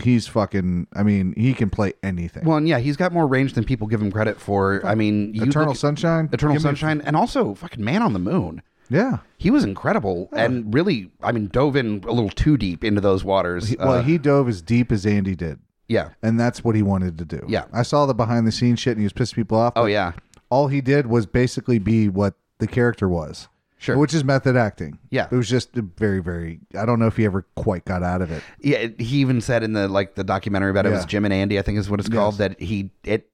he's fucking. I mean, he can play anything.
Well, and yeah, he's got more range than people give him credit for. I mean, you
Eternal
look-
Sunshine.
Eternal
Give me-
Sunshine, and also fucking Man on the Moon.
yeah.
He was incredible and really, I mean, dove in a little too deep into those waters.
He- well,
Uh,
he dove as deep as Andy did,
yeah.
and that's what he wanted to do.
Yeah.
I saw the behind the scenes shit, and he was pissing people off.
Oh
but
yeah,
All he did was basically be what the character was.
sure.
Which is method acting.
Yeah.
It was just very, very. I don't know if he ever quite got out of it.
yeah, it- he even said in the like the documentary about it, it was
Yeah.
Jim and Andy, I think is what it's called,
Yes.
that he it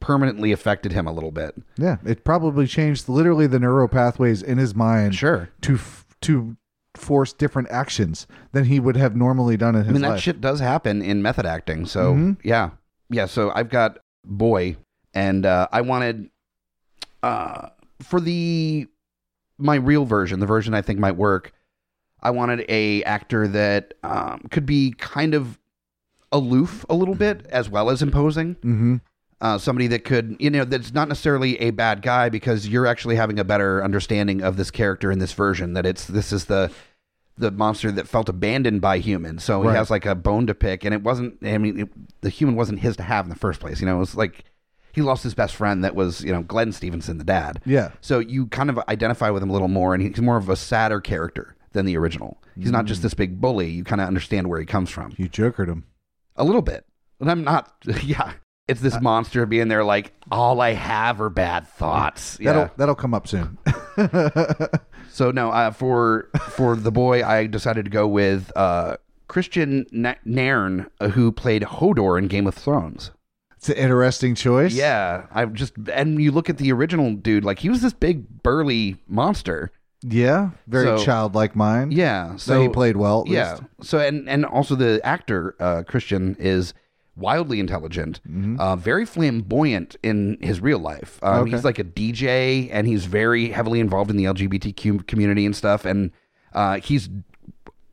permanently affected him a little bit.
Yeah, it probably changed literally the neural pathways in his mind
Sure.
to f- to force different actions than he would have normally done in his
I mean, that
life.
shit does happen in method acting. So
Mhm.
yeah, yeah. So I've got boy, and uh, I wanted uh, for the my real version, the version I think might work. I wanted a actor that um, could be kind of aloof a little bit as well as imposing.
hmm
Uh, somebody that could, you know, that's not necessarily a bad guy because you're actually having a better understanding of this character in this version. That it's this is the the monster that felt abandoned by humans. So he
Right.
has like a bone to pick, and it wasn't. I mean, it, the human wasn't his to have in the first place. You know, it was like he lost his best friend that was, you know, Glenn Stevenson, the dad.
Yeah,
So you kind of identify with him a little more, and he's more of a sadder character than the original. He's not
Mm.
just this big bully. You kind of understand where he comes from
you jokered him.
a little bit. And I'm not. *laughs* Yeah, it's
Uh,
this monster being there, like all I have are bad thoughts. Yeah.
That'll that'll come up soon. *laughs*
so no, uh, for for the boy, I decided to go with uh, Christian Na- Nairn, uh, who played Hodor in Game of Thrones.
it's an interesting choice.
Yeah, I've just and you look at the original dude, like he was this big burly monster.
yeah, very
So-
childlike mind.
Yeah,
so
so
he played well. At
Yeah.
least.
So and and also the actor uh, Christian is wildly intelligent, uh, very flamboyant in his real life. Um,
Mm-hmm. Okay.
He's like a DJ, and he's very heavily involved in the LGBTQ community and stuff. And uh, he's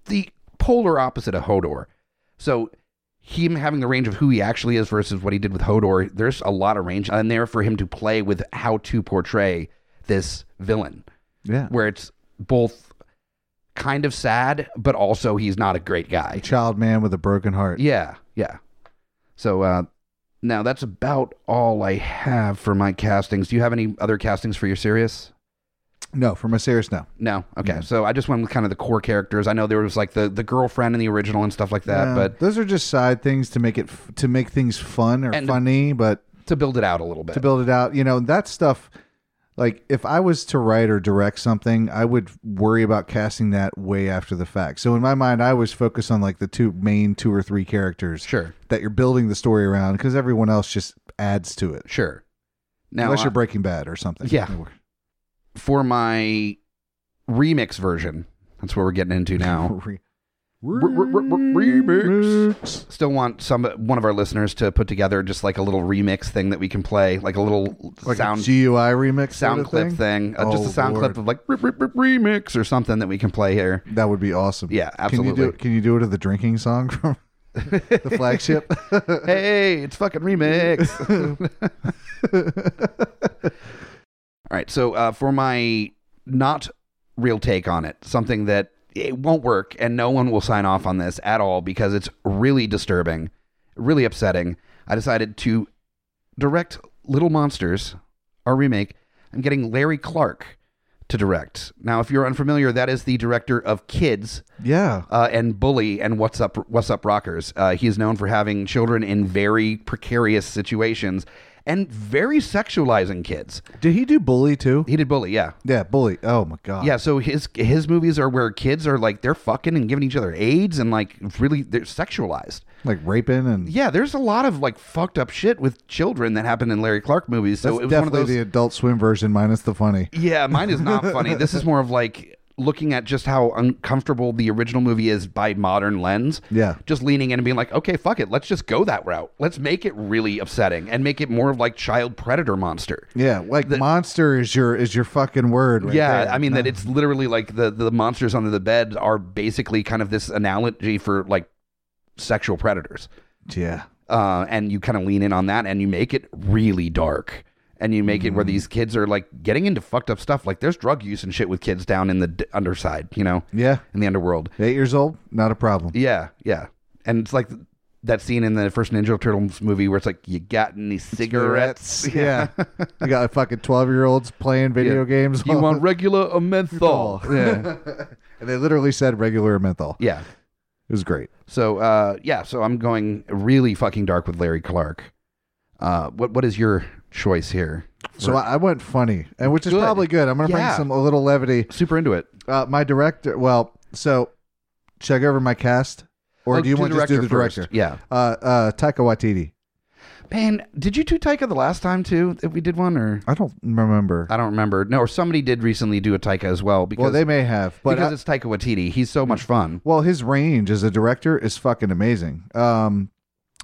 the polar opposite of Hodor. So him having the range of who he actually is versus what he did with Hodor, there's a lot of range uh, in there for him to play with how to portray this villain,
Yeah.
where it's both kind of sad, but also he's not a great guy.
Child man with a broken heart.
Yeah, yeah. So uh, now that's about all I have for my castings. Do you have any other castings for your serious?
No, for my serious no.
No. Okay. So I just went with kind of the core characters. I know there was like the the girlfriend in the original and stuff like that,
Yeah,
but
those are just side things to make it f- to make things fun or
And-
funny, but
to build it out a little bit.
to build it out, you know, that stuff. Like if I was to write or direct something, I would worry about casting that way after the fact. So in my mind, I always focus on like the two main two or three characters
sure.
that you're building the story around, because everyone else just adds to it,
Sure. Now
unless
uh,
you're Breaking Bad or something.
Yeah. for my remix version, that's what we're getting into
*laughs*
now.
Re-
Remix. Still want some one of our listeners to put together just like a little remix thing that we can play, like a little
like
sound
a GUI remix sort
sound
of
clip thing, Uh, just
Oh,
a sound
Lord.
clip of like rip, rip, rip, remix or something that we can play here.
That would be awesome.
Yeah,
Can you do
absolutely.
it? Can you do it to the drinking song *laughs* from the
*laughs*
flagship?
hey, it's fucking *laughs* remix. All right, so uh, for my not real take on it, something that it won't work, and no one will sign off on this at all because it's really disturbing, really upsetting. I decided to direct Little Monsters, our remake. I'm getting Larry Clark to direct. Now, if you're unfamiliar, that is the director of Kids,
yeah.
uh, and Bully and What's Up What's Up Rockers. Uh, he is known for having children in very precarious situations and very sexualizing kids.
Did he do Bully too?
He did Bully, yeah.
Yeah, Bully. Oh my god.
Yeah, so his his movies are where kids are like they're fucking and giving each other AIDS and like really they're sexualized.
Like raping and
Yeah, there's a lot of like fucked up shit with children that happened in Larry Clark movies. So
that's
it was one
definitely
of those
the Adult Swim version minus the funny.
Yeah, mine is not funny. This
*laughs*
is more of like looking at just how uncomfortable the original movie is by modern lens.
Yeah.
Just leaning in and being like, okay, fuck it. Let's just go that route. Let's make it really upsetting and make it more of like child predator monster.
Yeah, like monster is your is your fucking word. Right
yeah,
there.
I mean that it's literally like the the monsters under the bed are basically kind of this analogy for like sexual predators.
yeah.
uh, and you kind of lean in on that and you make it really dark and you make it
Mm-hmm.
where these kids are like getting into fucked up stuff like there's drug use and shit with kids down in the d- underside you know
Yeah.
in the underworld
Eight years old, not a problem.
yeah yeah and it's like that scene in the first ninja turtles movie where it's like you got any cigarettes,
*laughs* Yeah. you got fucking twelve year olds playing video
Yeah.
games.
you
all- *laughs*
want regular or menthol *laughs*
Yeah. and they literally said regular menthol.
yeah
It was great.
so uh yeah so i'm going really fucking dark with larry clark uh what what is your choice here
So I, I went funny, and which is
Good.
probably good. I'm going to
Yeah.
bring some a little levity.
super into it
Uh, my director. Well, so check over my cast, or
Oh,
do you want to just do the
first.
director?
yeah
Uh, uh, Taika Waititi.
Man, did you two Taika the last time too that we did one, or
I don't remember.
I don't remember. No, or somebody did recently do a Taika as well Uh, because
well, they may have, but
because
I-
it's Taika Waititi. He's so much fun.
well, his range as a director is fucking amazing. Um,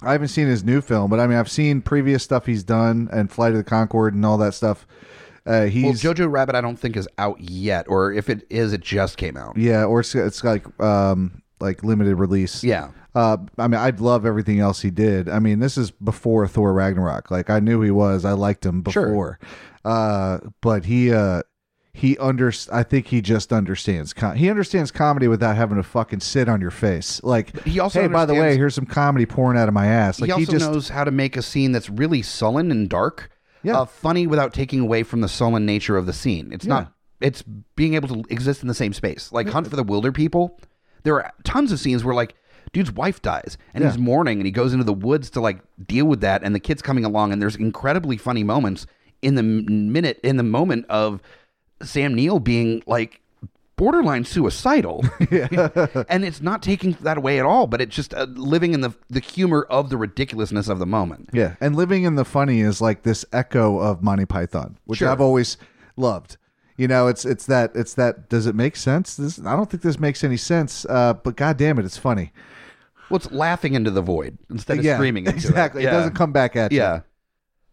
I haven't seen his new film, but I mean, I've seen previous stuff he's done and Flight of the Concord and all that stuff. Uh, he's
Well, Jojo Rabbit, I don't think is out yet, or if it is, it just came out.
yeah, or it's, it's like um, like limited release.
Yeah,
Uh, I mean, I'd love everything else he did. I mean, this is before Thor Ragnarok. Like, I knew he was. I liked him
Sure.
before. Uh, but he, uh, he under. I think he just understands. Com- he understands comedy without having to fucking sit on your face. Like,
He also
hey, by the way,
understands-
here's some comedy pouring out of my ass. Like,
he also
just
knows how to make a scene that's really sullen and dark,
Yeah.
uh, funny without taking away from the sullen nature of the scene. It's not. It's being able to exist in the same space. Like Hunt for the Wilder People, there are tons of scenes where like dude's wife dies and he's mourning and he goes into the woods to like deal with that and the kid's coming along and there's incredibly funny moments in the m- minute in the moment of Sam Neill being like borderline
*laughs*
suicidal. *laughs* and it's not taking that away at all, but it's just uh, living in the the humor of the ridiculousness of the moment.
Yeah, and living in the funny is like this echo of Monty Python, which
Sure.
I've always loved. You know, it's it's that it's that. Does it make sense? This I don't think this makes any sense. Uh, but goddamn it, it's funny.
Well, it's laughing into the void instead of
yeah,
screaming into
exactly.
it. Yeah.
doesn't come back at you.
Yeah.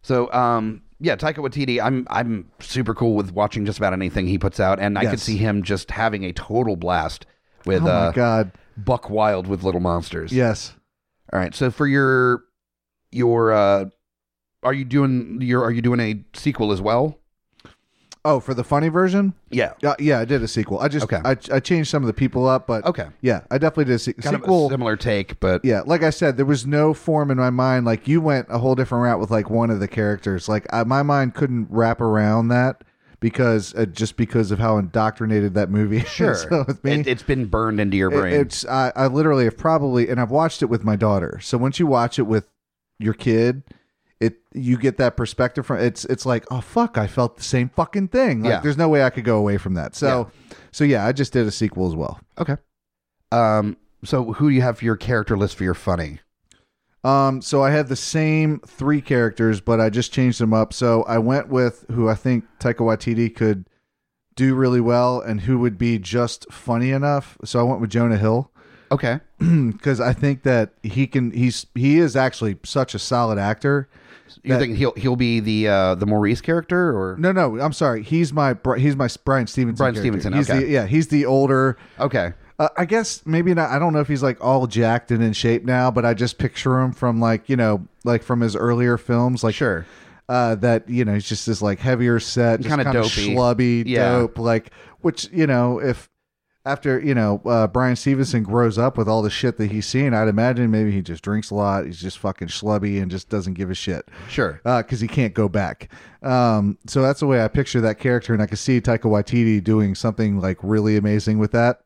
So, um, yeah, Taika Waititi, I'm I'm super cool with watching just about anything he puts out, and I could
Yes.
see him just having a total blast with
Oh
uh,
my god.
Buck Wild with Little Monsters.
Yes.
All right. So for your your uh are you doing your are you doing a sequel as well?
Oh, for the funny version?
Yeah.
Yeah, yeah, I did a sequel. I just
Okay.
I, I changed some of the people up, but
Okay.
yeah, I definitely did a se-
Kind
sequel.
of a similar take, but *laughs*
yeah, like I said, there was no form in my mind. Like you went a whole different route with like one of the characters. Like I, my mind couldn't wrap around that because uh, just because of how indoctrinated that movie *laughs*
sure.
is with me.
It, has been burned into your
It-
brain.
it's I, I literally have probably and I've watched it with my daughter. So once you watch it with your kid, it you get that perspective from it's it's like oh fuck I felt the same fucking thing. Like
Yeah.
there's no way I could go away from that. So so yeah, I just did a sequel as well.
okay. Um so who do you have for your character list for your funny?
Um, so I had the same three characters, but I just changed them up. So I went with who I think Taika Waititi could do really well, and who would be just funny enough. So I went with Jonah Hill.
Okay.
because I think that he can. He's he is actually such a solid actor.
You
That-
think he'll he'll be the uh the Maurice character or
No, no, I'm sorry. He's my Bri- he's my Brian Stevenson.
Bryan
character.
Stevenson,
He's
okay.
the, yeah, he's the older.
Okay.
Uh, I guess maybe not. I don't know if he's like all jacked and in shape now, but I just picture him from like you know like from his earlier films, like
Sure.
uh, that you know he's just this like heavier set,
Kinda
kind of
dopey.
schlubby,
Yeah.
dope, like which you know if. After you know, uh, Brian Stevenson grows up with all the shit that he's seen. I'd imagine maybe he just drinks a lot. He's just fucking schlubby and just doesn't give a shit
Sure.
because he can't go back. Um, so that's the way I picture that character, and I could see Taika Waititi doing something like really amazing with that,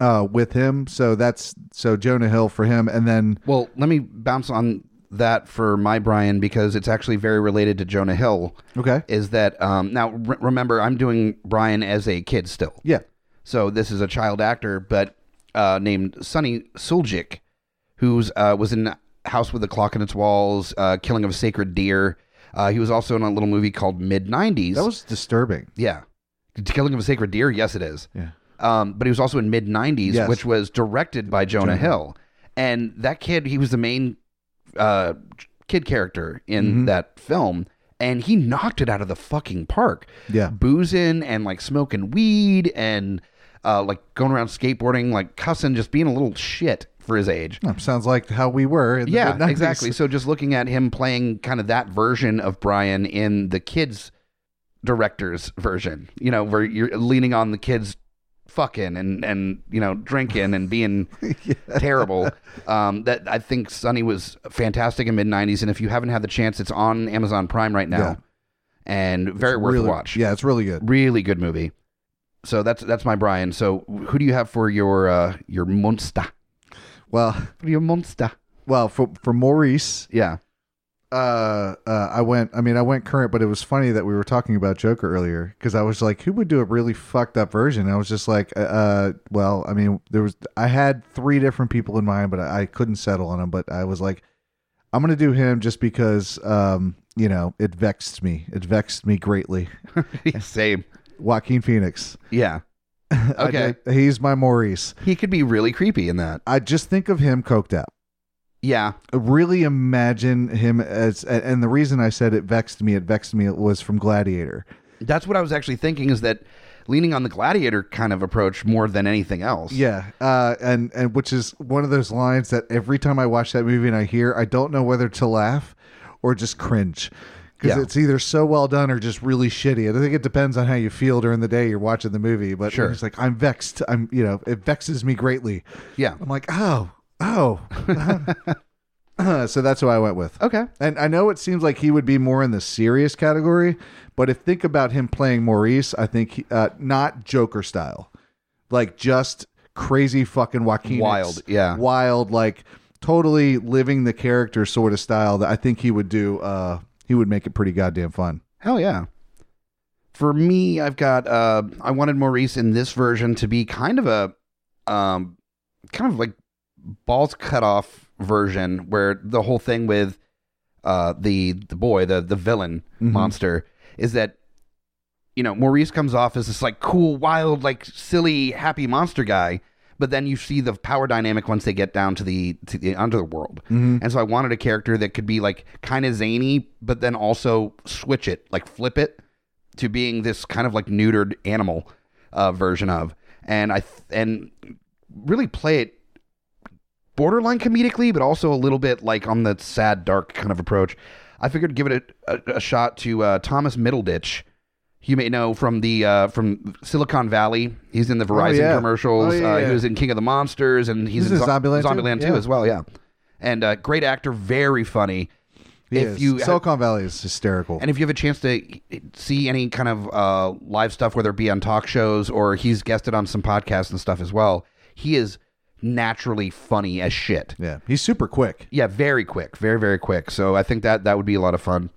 uh, with him. So that's so Jonah Hill for him, and then
Well, let me bounce on that for my Brian because it's actually very related to Jonah Hill.
okay,
Is that um, now? Re- remember, I'm doing Brian as a kid still,
yeah,
so this is a child actor, but uh, named Sonny Suljic, who's uh, was in House with a Clock in Its Walls, uh, Killing of a Sacred Deer. Uh, he was also in a little movie called Mid '90s.
that was disturbing.
yeah, Killing of a Sacred Deer. Yes, it is.
Yeah,
um, but he was also in mid 90s,
Yes.
which was directed by Jonah,
Jonah.
Hill. And that kid, he was the main uh, kid character in
Mhm.
that film. And he knocked it out of the fucking park.
yeah,
Boozing and like smoking weed and uh, like going around skateboarding, like cussing, just being a little shit for his age.
Oh, sounds like how we were. In the
Yeah,
mid-nineties.
exactly. So just looking at him playing kind of that version of Brian in the kids director's version, you know, where you're leaning on the kids fucking and and you know drinking and
*laughs*
being terrible. Um, that I think Sonny was fantastic in mid '90s, and if you haven't had the chance, it's on Amazon Prime right now,
Yeah.
and very worth
really,
a watch.
Yeah, it's really good.
really good movie. So that's that's my Brian. So who do you have for your uh, your monster?
Well, *laughs*
For your monster?
well, for for Maurice,
Yeah. *laughs*
uh, uh, I went. I mean, I went current, but it was funny that we were talking about Joker earlier because I was like, "Who would do a really fucked up version?" And I was just like, uh, "Uh, well, I mean, there was. I had three different people in mind, but I, I couldn't settle on him. But I was like, I'm gonna do him just because, um, you know, it vexed me. It vexed me greatly.
Same.
Joaquin Phoenix. *laughs*
Yeah.
I
Okay.
did- he's my Maurice.
He could be really creepy in that.
I just think of him coked out.
Yeah.
really imagine him as and- and the reason i said it vexed me it vexed me it was from gladiator
That's what I was actually thinking is that leaning on the gladiator kind of approach more than anything else.
yeah uh and and which is one of those lines that every time i watch that movie and i hear i don't know whether to laugh or just cringe because
Yeah.
it's either so well done or just really shitty i think it depends on how you feel during the day you're watching the movie but
Sure.
it's like i'm vexed i'm you know it vexes me greatly
Yeah.
i'm like oh
*laughs*
oh Uh-huh. so that's who i went with
Okay.
And I know it seems like he would be more in the serious category, but if think about him playing Maurice, I think he, uh, not Joker style, like just crazy fucking Joaquin,
Wild, yeah.
wild, like totally living the character sort of style that I think he would do. Uh, he would make it pretty goddamn fun.
Hell yeah. For me, I've got uh I wanted Maurice in this version to be kind of a um kind of like balls cut off version where the whole thing with uh the the boy, the the villain
Mhm.
monster is that you know, Maurice comes off as this like cool, wild, like silly, happy monster guy, but then you see the power dynamic once they get down to the to the underworld.
Mhm.
And so I wanted a character that could be like kind of zany, but then also switch it, like flip it to being this kind of like neutered animal uh, version of, and I th- and really play it borderline comedically, but also a little bit like on the sad, dark kind of approach. I figured give it a, a, a shot to uh, Thomas Middleditch. You may know from the uh, from Silicon Valley. He's in the Verizon
Oh, yeah.
commercials.
Oh, yeah,
uh,
yeah.
He was in King of the Monsters, and he's
He's
in
in Zombieland too?
too,
Yeah.
as well. Yeah, and uh, great actor, very funny.
He
if
is.
you
Silicon Valley is hysterical.
and if you have a chance to see any kind of uh, live stuff, whether it be on talk shows or he's guested on some podcasts and stuff as well, he is naturally funny as shit.
yeah, he's super quick.
Yeah, very quick, very very quick. So I think that that would be a lot of fun.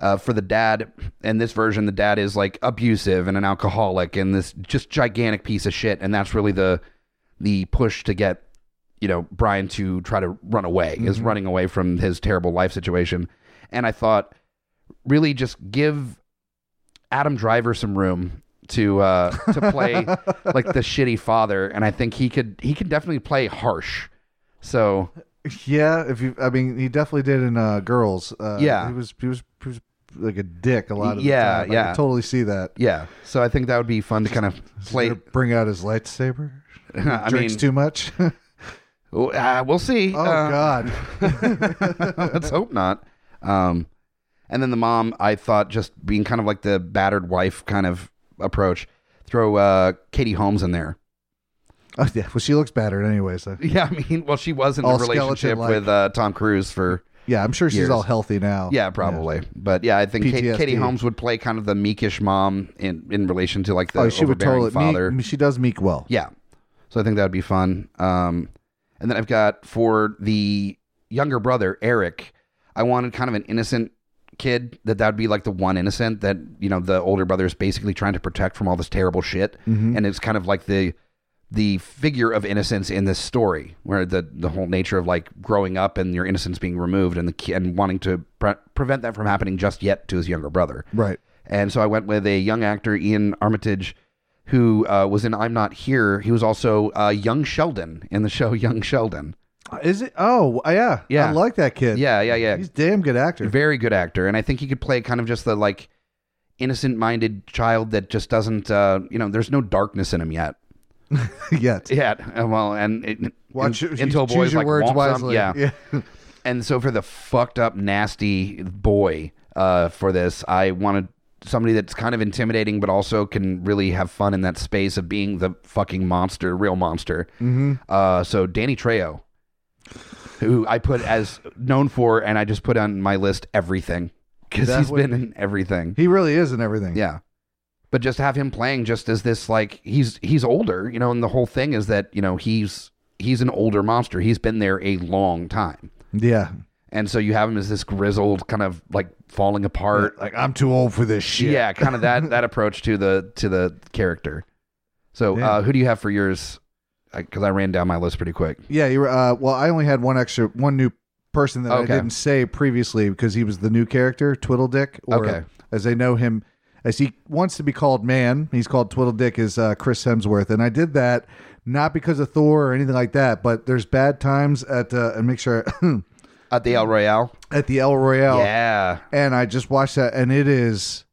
Uh, for the dad in this version, the dad is like abusive and an alcoholic and this just gigantic piece of shit, and that's really the the push to get you know Brian to try to run away is running away from his terrible life situation. And I thought, really, just give Adam Driver some room to uh, to play like the shitty father, and I think he could he could definitely play harsh. So
Yeah, if you, I mean, he definitely did in uh, Girls. Uh,
Yeah.
he was, he was, he was like a dick a lot of
Yeah,
the time. I
yeah.
could totally see that.
Yeah, so I think that would be fun to kind of play.
Gonna bring out his lightsaber.
*laughs* I mean,
Drinks too Oh, much. *laughs* oh
w- *laughs* uh, we'll see. Uh, *laughs*
God.
let's hope not. Um, and then the mom, I thought just being kind of like the battered wife kind of approach. Throw uh, Katie Holmes in there. *laughs*
Oh, yeah. Well, she looks battered anyway. So
Yeah, I mean, well, she was in a
All
relationship
skeleton-like.
with uh, Tom Cruise for
yeah, I'm sure she's
Years.
all healthy now.
yeah, probably. But yeah, I think Kate,
PTSD.
Katie Holmes would play kind of the meekish mom in in relation to like the
Oh, she would
overbearing
totally.
father.
Meek, she does meek well.
Yeah. So I think that would be fun. Um, and then I've got for the younger brother, Eric, I wanted kind of an innocent kid that that would be like the one innocent that, you know, the older brother is basically trying to protect from all this terrible shit. And it's kind of like the the figure of innocence in this story where the the whole nature of like growing up and your innocence being removed and the ki- and wanting to pre- prevent that from happening just yet to his younger brother.
Right.
And so I went with a young actor, Ian Armitage, who uh, was in I'm Not Here. He was also uh, Young Sheldon in the show *laughs* Young Sheldon.
Is it? Oh, yeah.
Yeah.
I like that kid.
Yeah, yeah, yeah.
He's a damn good actor.
Very good actor. And I think he could play kind of just the like innocent minded child that just doesn't, uh, you know, there's no darkness in him yet.
*laughs* Yet.
Yeah. uh, Well, and it,
Watch
un-
your-
until
choose
boys
your
like
words
want some-
wisely. *laughs*
yeah. And so for the fucked up, nasty boy uh, for this, I wanted somebody that's kind of intimidating, but also can really have fun in that space of being the fucking monster, real monster. Mm-hmm. Uh, so Danny Trejo, who I put as known for, and I just put on my list everything because
That
he's
would
been in everything.
He really is in everything.
Yeah. But just have him playing just as this like he's he's older, you know, and the whole thing is that, you know, he's he's an older monster. He's been there a long time.
Yeah.
And so you have him as this grizzled kind of like falling apart.
Like I'm too old for this shit.
Yeah, kind of *laughs* that that approach to the to the character. So,
Yeah.
uh who do you have for yours? Cuz I ran down my list pretty quick.
Yeah, you were, uh, well, I only had one extra, one new person that
Okay.
I didn't say previously because he was the new character, Twiddledick, or
Okay.
as they know him, as he wants to be called man, he's called Twiddledick is uh, Chris Hemsworth, and I did that not because of Thor or anything like that, but there's bad times at uh, and make sure *coughs*
At Uh, the El Royale. Oh.
at the El Royale,
Yeah.
and I just watched that, and it is.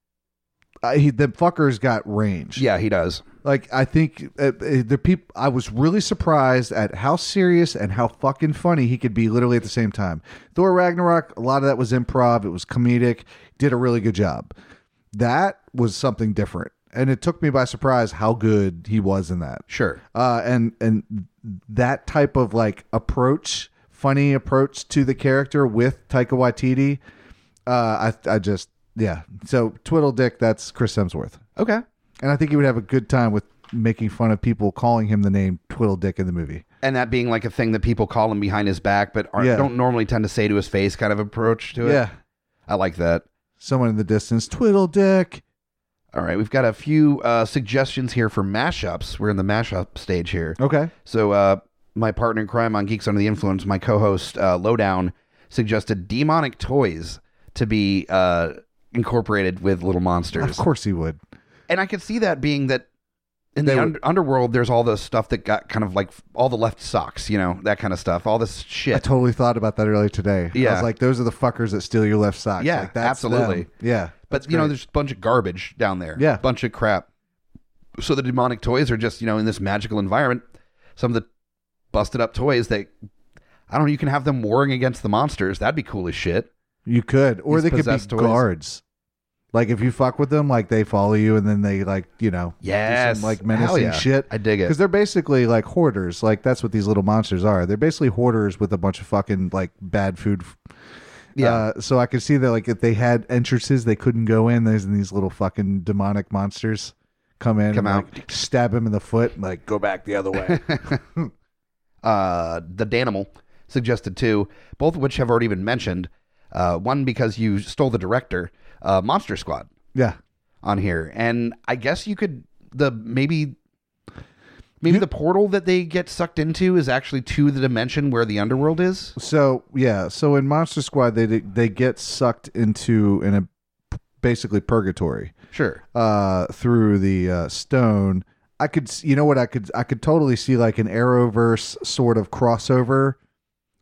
Uh, he, the fucker's got range
Yeah, he does.
like I think uh, uh, the people. I was really surprised at how serious and how fucking funny he could be, literally at the same time. Thor Ragnarok. A lot of that was improv. It was comedic. Did a really good job. That was something different, and it took me by surprise how good he was in that.
Sure.
Uh, and and that type of like approach, funny approach to the character with Taika Waititi. Uh, I I just yeah. So Twiddle Dick. That's Chris Hemsworth.
Okay.
And I think he would have a good time with making fun of people calling him the name Twiddle Dick in the movie.
and that being like a thing that people call him behind his back, but aren't,
Yeah.
don't normally tend to say to his face, kind of approach to it. I like that.
Someone in the distance, Twiddle Dick.
All right, we've got a few uh, suggestions here for mashups. We're in the mashup stage here.
Okay.
So, uh, my partner in crime on Geeks Under the Influence, my co-host uh, Lowdown, suggested demonic toys to be uh, incorporated with little
Of
monsters,
course he would.
and I could see that being that. In
They
the
would-
under- underworld, there's all the stuff that got kind of like all the left socks, you know, that kind of stuff, all this
I
shit.
totally thought about that earlier today. I
Yeah.
was like, those are the fuckers that steal your left sock.
Yeah,
Like, that's them.
absolutely.
Yeah.
But you know, there's a bunch of garbage down there.
Yeah.
bunch of crap. So the demonic toys are just you know in this magical environment. Some of the busted up toys that I don't know. You can have them warring against the monsters. That'd be cool as shit.
You could, or
These
they could be
possessed toys.
guards. Like if you fuck with them, like they follow you, and then they like you know, do some,
Yes.
like
Hell
menacing
yeah.
shit.
I dig it.
because they're basically like hoarders. Like that's what these little monsters are. They're basically hoarders with a bunch of fucking like bad food.
Yeah.
Uh, so I could see that like if they had entrances, they couldn't go in. There's these little fucking demonic monsters come in,
Come
and,
out.
like, stab him in the foot, and, like go back the
*laughs*
other way.
uh, the Danimal suggested two, both of which have already been mentioned. Uh, one because you stole the director, uh, Monster Squad,
yeah,
on here, and I guess you could the maybe maybe the portal that they get sucked into is actually to the dimension where the underworld is.
So yeah, so in Monster Squad, they they get sucked into in a basically purgatory
Sure,
uh, through the uh, stone. I could, s- you know what? I could, I could totally see like an Arrowverse sort of crossover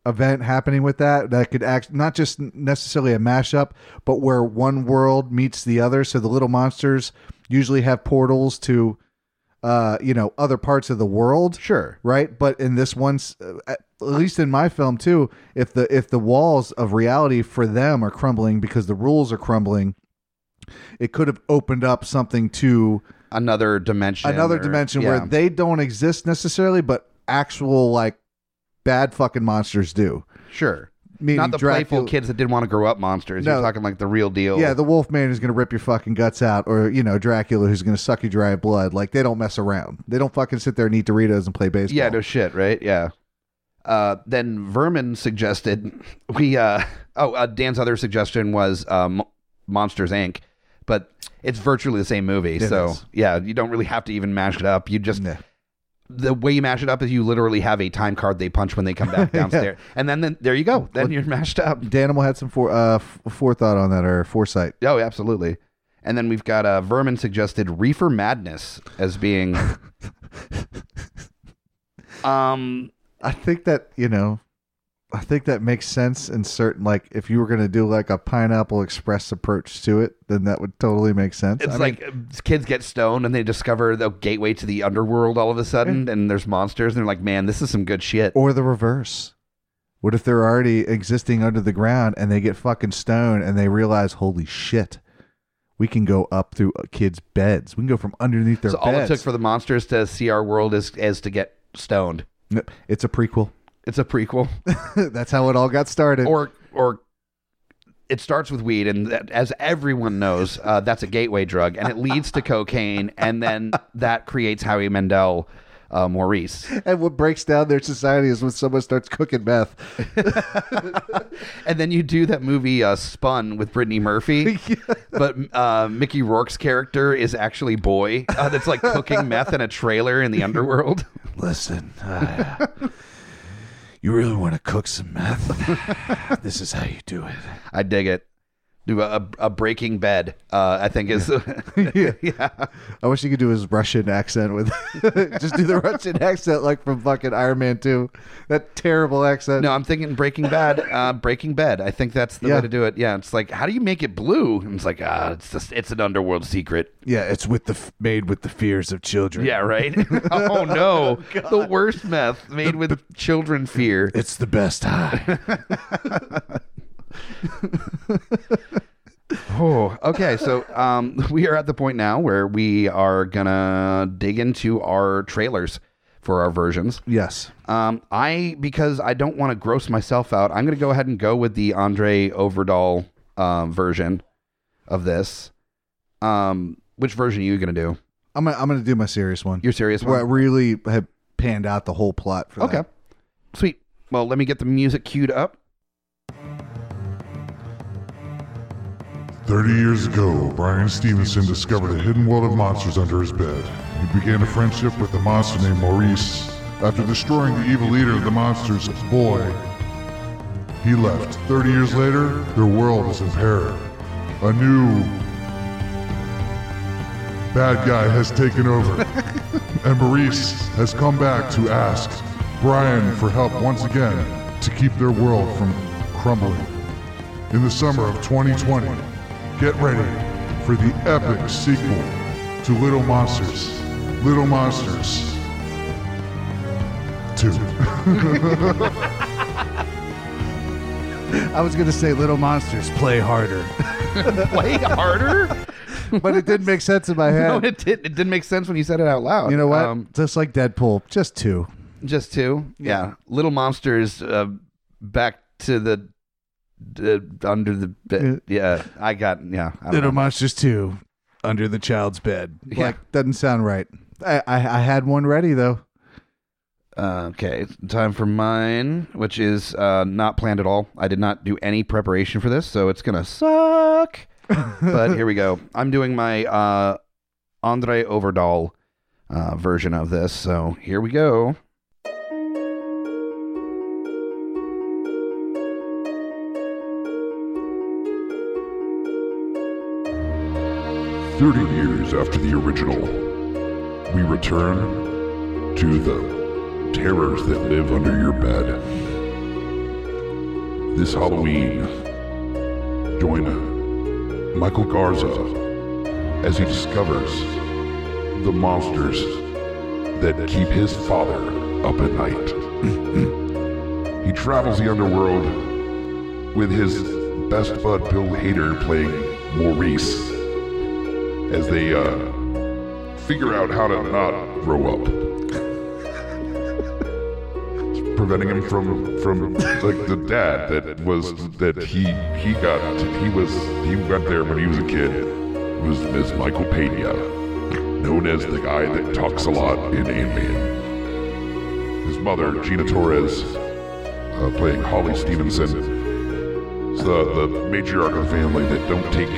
event happening with that. That could act not just necessarily a mashup, but where one world meets the other. So the little monsters usually have portals to, uh, you know, other parts of the world
sure.
right but in this one s- uh, at least in my film too if the if the walls of reality for them are crumbling because the rules are crumbling it could have opened up something to
Another dimension.
another
or-
dimension
yeah.
where they don't exist necessarily but actual like bad fucking monsters do
sure.
Meaning
Not the playful
Dracula-
kids that didn't want to grow up monsters.
No.
You're talking like the real deal.
yeah the wolfman is going to rip your fucking guts out or you know dracula who's going to suck you dry of blood like they don't mess around they don't fucking sit there and eat doritos and play baseball
Yeah, no shit, right? Yeah. Uh, then Vermin suggested *laughs* we. Uh, oh, uh, Dan's other suggestion was um, Monsters Inc., but it's virtually the same movie.
It
so
is.
yeah, you don't really have to even mash it up. You just
Nah.
the way you mash it up is you literally have a time card they punch when they come back downstairs, and then, then there you go. Then you're mashed up.
Danimal had some for, uh, f- forethought on that or foresight.
Oh, absolutely. And then we've got uh, Vermin suggested Reefer Madness as being. um.
I think that you know, I think that makes sense in certain like if you were going to do like a pineapple express approach to it, then that would totally make sense.
It's
I mean,
like uh, kids get stoned and they discover the gateway to the underworld all of a sudden, and there's monsters, and they're like, "Man, this is some good shit."
Mm. or the reverse. What if they're already existing under the ground and they get fucking stoned and they realize, holy shit, we can go up through uh, kids' beds. We can go from underneath their
so all it
beds.
took for the monsters to see our world is is to get stoned.
N- it's a prequel. *laughs*
It's a prequel,
That's how it all got started.
or or it starts with weed, and that, as everyone knows, uh, that's a gateway drug, and it leads to cocaine, and then that creates Howie Mandel, uh, Maurice.
and what breaks down their society is when someone starts cooking meth.
And then you do that movie uh, Spun with Brittany *laughs* Murphy, but uh, Mickey Rourke's character is actually boy uh, that's like cooking meth in a trailer in the underworld.
Listen, uh, you really want to cook some meth? *laughs* this is how you do it.
*laughs* I dig it. Do a, a- a Breaking Bed, uh, I think is
*laughs* yeah. I wish you could do his Russian accent with *laughs* just do the Russian *laughs* accent like from fucking Iron Man 2. That terrible
*laughs*
accent.
no. I'm thinking Breaking Bad, uh, Breaking Bed. I think that's the
Yeah.
way to do it. Yeah, it's like how do you make it blue? And it's like ah, it's just it's an underworld secret.
Yeah, it's with the f- made with the fears of children.
Yeah, right. *laughs* oh no, the worst meth made with children fear.
It's the best high.
Oh, okay. So um, *laughs* we are at the point now where we are gonna dig into our trailers for our versions.
Yes.
Um, I because I don't want to gross myself out, I'm gonna go ahead and go with the Andre Overdahl um, version of this. Um, which version are you gonna do?
I'm gonna, I'm going to do my serious one.
Your serious
where I
one?
really have panned out the whole plot for
Okay.
that.
Sweet. Well, let me get the music queued up. *laughs*
30 years ago, Brian Stevenson discovered a hidden world of monsters under his bed. He began a friendship with a monster named Maurice. After destroying the evil leader of the monsters, Boy, he left. 30 years later, their world was in peril. A new bad guy has taken over, and Maurice has come back to ask Brian for help once again to keep their world from crumbling in the summer of 2020. Get ready for the epic sequel to Little Monsters. Little Monsters 2.
I was gonna say Little Monsters
*laughs*
play harder,
Play harder?
but it didn't make sense in
*laughs*
my
no,
head.
it, did, it didn't make sense when you said it out loud.
you know what?
Um,
just like Deadpool, just two.
just two. Yeah. Little monsters uh, back to the d- under the bed. Yeah. I got, yeah. I don't know.
Monsters two, under the child's bed.
Yeah.
Like doesn't sound right. I, I I had one ready though.
Uh, okay, time for mine, which is uh, not planned at all. I did not do any preparation for this, so it's gonna *laughs* suck. but here we go. I'm doing my uh, Andre Overdahl uh, version of this, so here we go.
Thirty years after the original, we return to the terrors that live under your bed. This Halloween, join Michael Garza as he discovers the monsters that keep his father up at night. *clears throat* he travels the underworld with his best bud Bill Hader playing Maurice as they uh, figure out how to not grow up, *laughs* preventing him from from like the dad that was that he he got he was he got there when he was a kid was Miss Michael Pena, known as the guy that talks a lot in Ant Man. His mother Gina Torres, uh, playing Holly Stevenson. is The, the matriarch of the family that don't take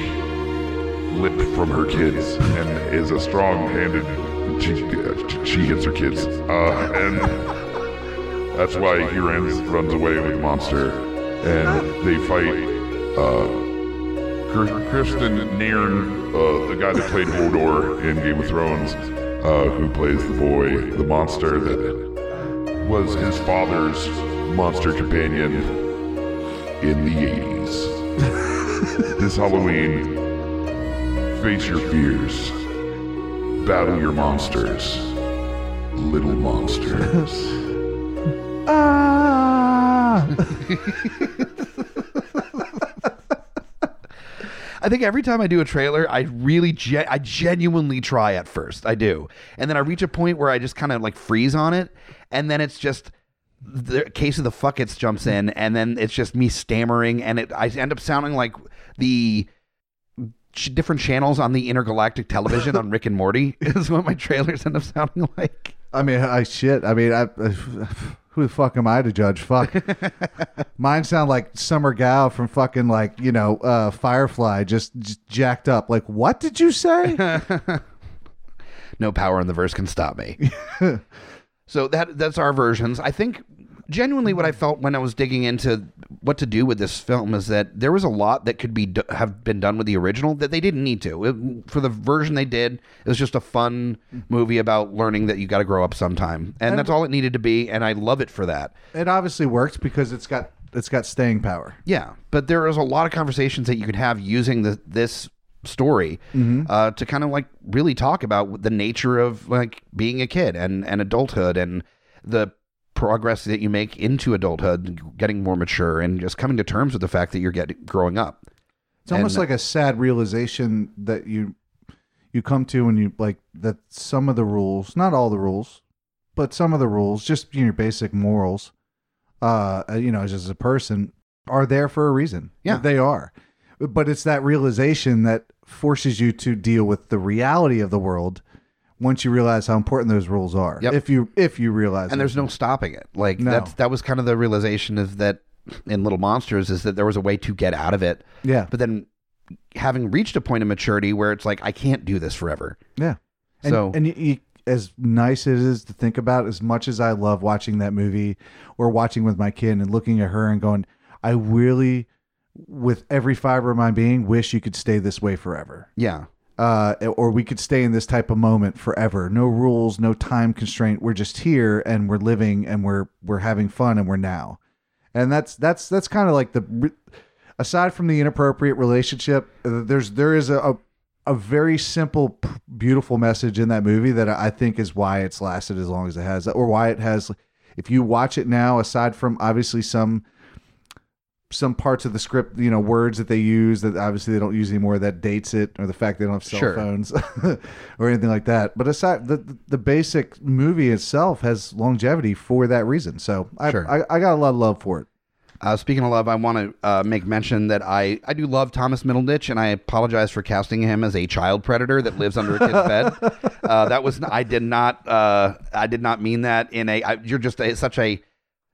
lip from her kids and is a strong-handed. She, uh, she hits her kids, uh, and that's why he runs runs away with monster, and they fight. Uh, Kir- Kristen Nairn, uh, the guy that played Hodor in Game of Thrones, uh, who plays the boy, the monster that was his father's monster companion in the 80s. this Halloween, Face your fears. Battle your monsters. Little monsters.
Ah,
*laughs* I think every time I do a trailer, I really, gen- I genuinely try at first. I do, and then I reach a point where I just kind of like freeze on it, and then it's just the case of the fuckets jumps in, and then it's just me stammering, and it I end up sounding like the ch- different channels on the intergalactic television on Rick and Morty *laughs* is what my trailers end up sounding like.
I mean, I shit. I mean, I, *sighs* who the fuck am I to judge? Fuck.
*laughs*
Mine sound like Summer Gal from fucking like you know uh, Firefly, just, just jacked up. Like, what did you say?
*laughs* no power in the verse can stop me. *laughs* so that that's our versions. I think genuinely what I felt when I was digging into what to do with this film is that there was a lot that could be do- have been done with the original that they didn't need to. It- for the version they did, it was just a fun movie about learning that you got to grow up sometime, and that's all it needed to be. And I love it for that.
it obviously worked because it's got it's got staying power.
Yeah, but there is a lot of conversations that you could have using the, this story uh, to kind of like really talk about the nature of like being a kid and and adulthood and the progress that you make into adulthood, getting more mature, and just coming to terms with the fact that you're getting growing up.
It's almost
And-
like a sad realization that you you come to when you like that some of the rules, not all the rules, but some of the rules, just you know, your basic morals, uh, you know, just as a person, are there for a reason.
Yeah.
they are. But it's that realization that forces you to deal with the reality of the world once you realize how important those rules are.
Yep.
If you if you realize
and
it.
there's no stopping it. Like
No.
that's that was kind of the realization of that in Little Monsters is that there was a way to get out of it,
yeah
but then having reached a point of maturity where it's like I can't do this forever.
Yeah. And,
So-
and you, you, as nice it is to think about, as much as I love watching that movie or watching with my kid and looking at her and going, I really, with every fiber of my being, wish you could stay this way forever.
Yeah.
Uh, or we could stay in this type of moment forever. No rules, no time constraint. We're just here and we're living and we're we're having fun and we're now. And that's that's that's kind of like the aside from the inappropriate relationship, uh, there's there is a, a a very simple, p- beautiful message in that movie that I I think is why it's lasted as long as it has, or why it has. If you watch it now, aside from obviously some some parts of the script, you know, words that they use that obviously they don't use anymore that dates it, or the fact they don't have cell
Sure.
phones *laughs* or anything like that. But aside, the the basic movie itself has longevity for that reason. So I
Sure.
I, I got a lot of love for it.
Uh, speaking of love, I want to uh, make mention that I, I do love Thomas Middleditch, and I apologize for casting him as a child predator that lives under a kid's
*laughs*
bed. Uh, that was I did not uh, I did not mean that in a I, you're just a, such a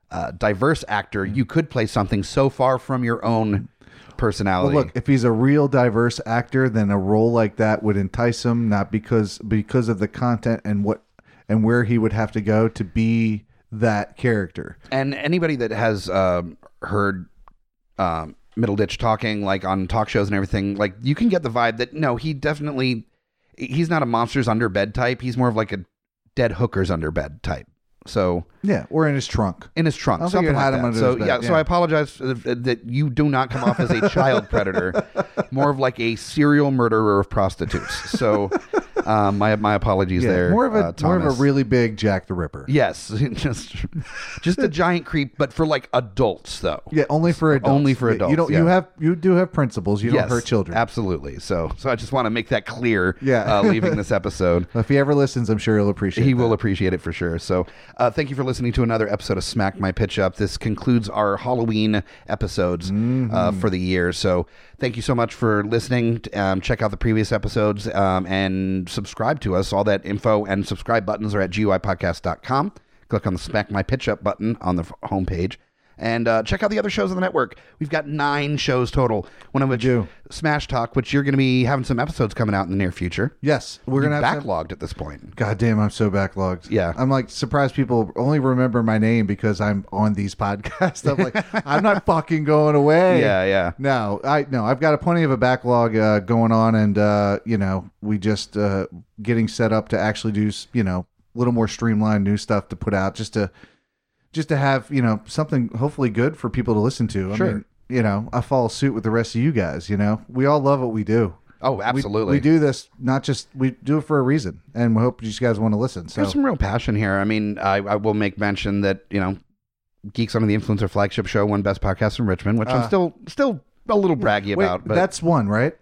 uh, diverse actor.
Mm.
You could play something so far from your own
Well,
personality.
look, if he's a real diverse actor, then a role like that would entice him, not because because of the content and what and where he would have to go to be that character.
And anybody that has um, heard um, Middleditch talking, like on talk shows and everything, like you can get the vibe that no, he definitely he's not a monsters under bed type. He's more of like a dead hookers under bed type. So
Yeah, or in his trunk.
in his trunk,
I don't think
something
you'd hide
like
him
that.
under
So
his bed,
yeah, so
yeah.
I apologize if- that you do not come off as a
*laughs*
child predator, more of like a serial murderer of prostitutes. So um, my my apologies
Yeah,
there.
more of a
uh,
more of a
Thomas.
really big Jack the Ripper.
Yes, *laughs* just just a giant creep, but for like adults though.
Yeah, only for adults.
Only for
Yeah, You
adults,
don't. You
yeah.
have. You do have principles. You don't hurt children.
Absolutely. So, so I just want to make that clear.
Yeah.
uh, leaving
*laughs*
this episode,
if he ever listens, I'm sure he'll appreciate.
he
that.
will appreciate it for sure. So, uh, thank you for listening to another episode of Smack My Pitch Up. This concludes our Halloween episodes
Mm-hmm.
uh, for the year. So, thank you so much for listening. Um, check out the previous episodes um, and subscribe to us. All that info and subscribe buttons are at GUIPodcast.com. Click on the Smack My Pitch Up button on the f- homepage. And uh, check out the other shows on the network. We've got nine shows total. One of which
do.
Smash Talk, which you're going to be having some episodes coming out in the near future.
Yes, we're
You're
gonna have. Some,
backlogged at this point.
God damn, I'm so backlogged.
Yeah.
I'm like surprised people only remember my name because I'm on these *laughs* podcasts. I'm
*laughs*
like, I'm not fucking going away.
Yeah, yeah.
No, I no, I've got a plenty of a backlog uh, going on, and uh, you know, we just uh, getting set up to actually do s- you know a little more streamlined new stuff to put out, just to just to have you know something hopefully good for people to listen to. I
Sure.
mean, you know, I follow suit with the rest of you guys. You know, we all love what we do.
Oh,
We-
absolutely.
we, do this not just we do it for a reason, and we hope you guys want to listen. So
There's some real passion here. I mean, I, I will make mention that you know, Geeks Under the Influence, our flagship show, won Best Podcast in Richmond, which I'm
Uh,
still still a little braggy
Wait,
about. But
that's one, right?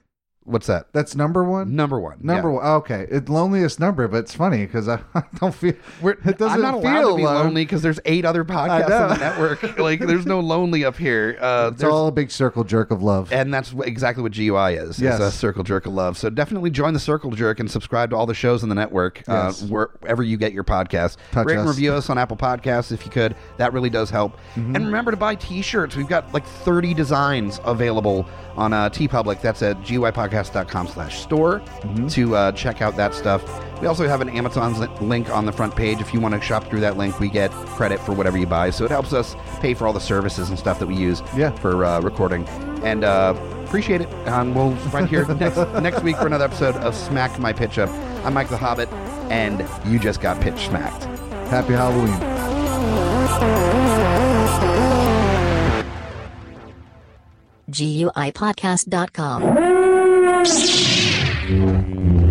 what's that?
That's number one.
Number one.
Number
yeah.
one, okay. It's loneliest number, but it's funny because I, *laughs* I don't feel
We're,
it doesn't
I'm not
feel
allowed to be
lone.
lonely because there's eight other podcasts on
know.
the network. *laughs* like, there's no lonely up here. Uh,
It's
there's-
all a big circle jerk of love.
and that's wh- exactly what GUI is. It's
Yes.
a circle jerk of love. So definitely join the circle jerk and subscribe to all the shows on the network uh,
Yes.
wherever you get your podcasts.
Touch
Rate and
us.
review us on Apple Podcasts if you could. That really does help. And remember to buy t-shirts. We've got like 30 designs available on uh, T-Public. That's at GUIPodcast.com slash store to uh, check out that stuff. We also have an Amazon li- link on the front page. If you want to shop through that link, we get credit for whatever you buy. So it helps us pay for all the services and stuff that we use
Yeah.
for uh, recording. And uh, appreciate it. And we'll be right here next *laughs* next week for another episode of Smack My Pitch Up. I'm Mike the Hobbit, and you just got pitch smacked.
Happy Halloween.
GUIPodcast.com.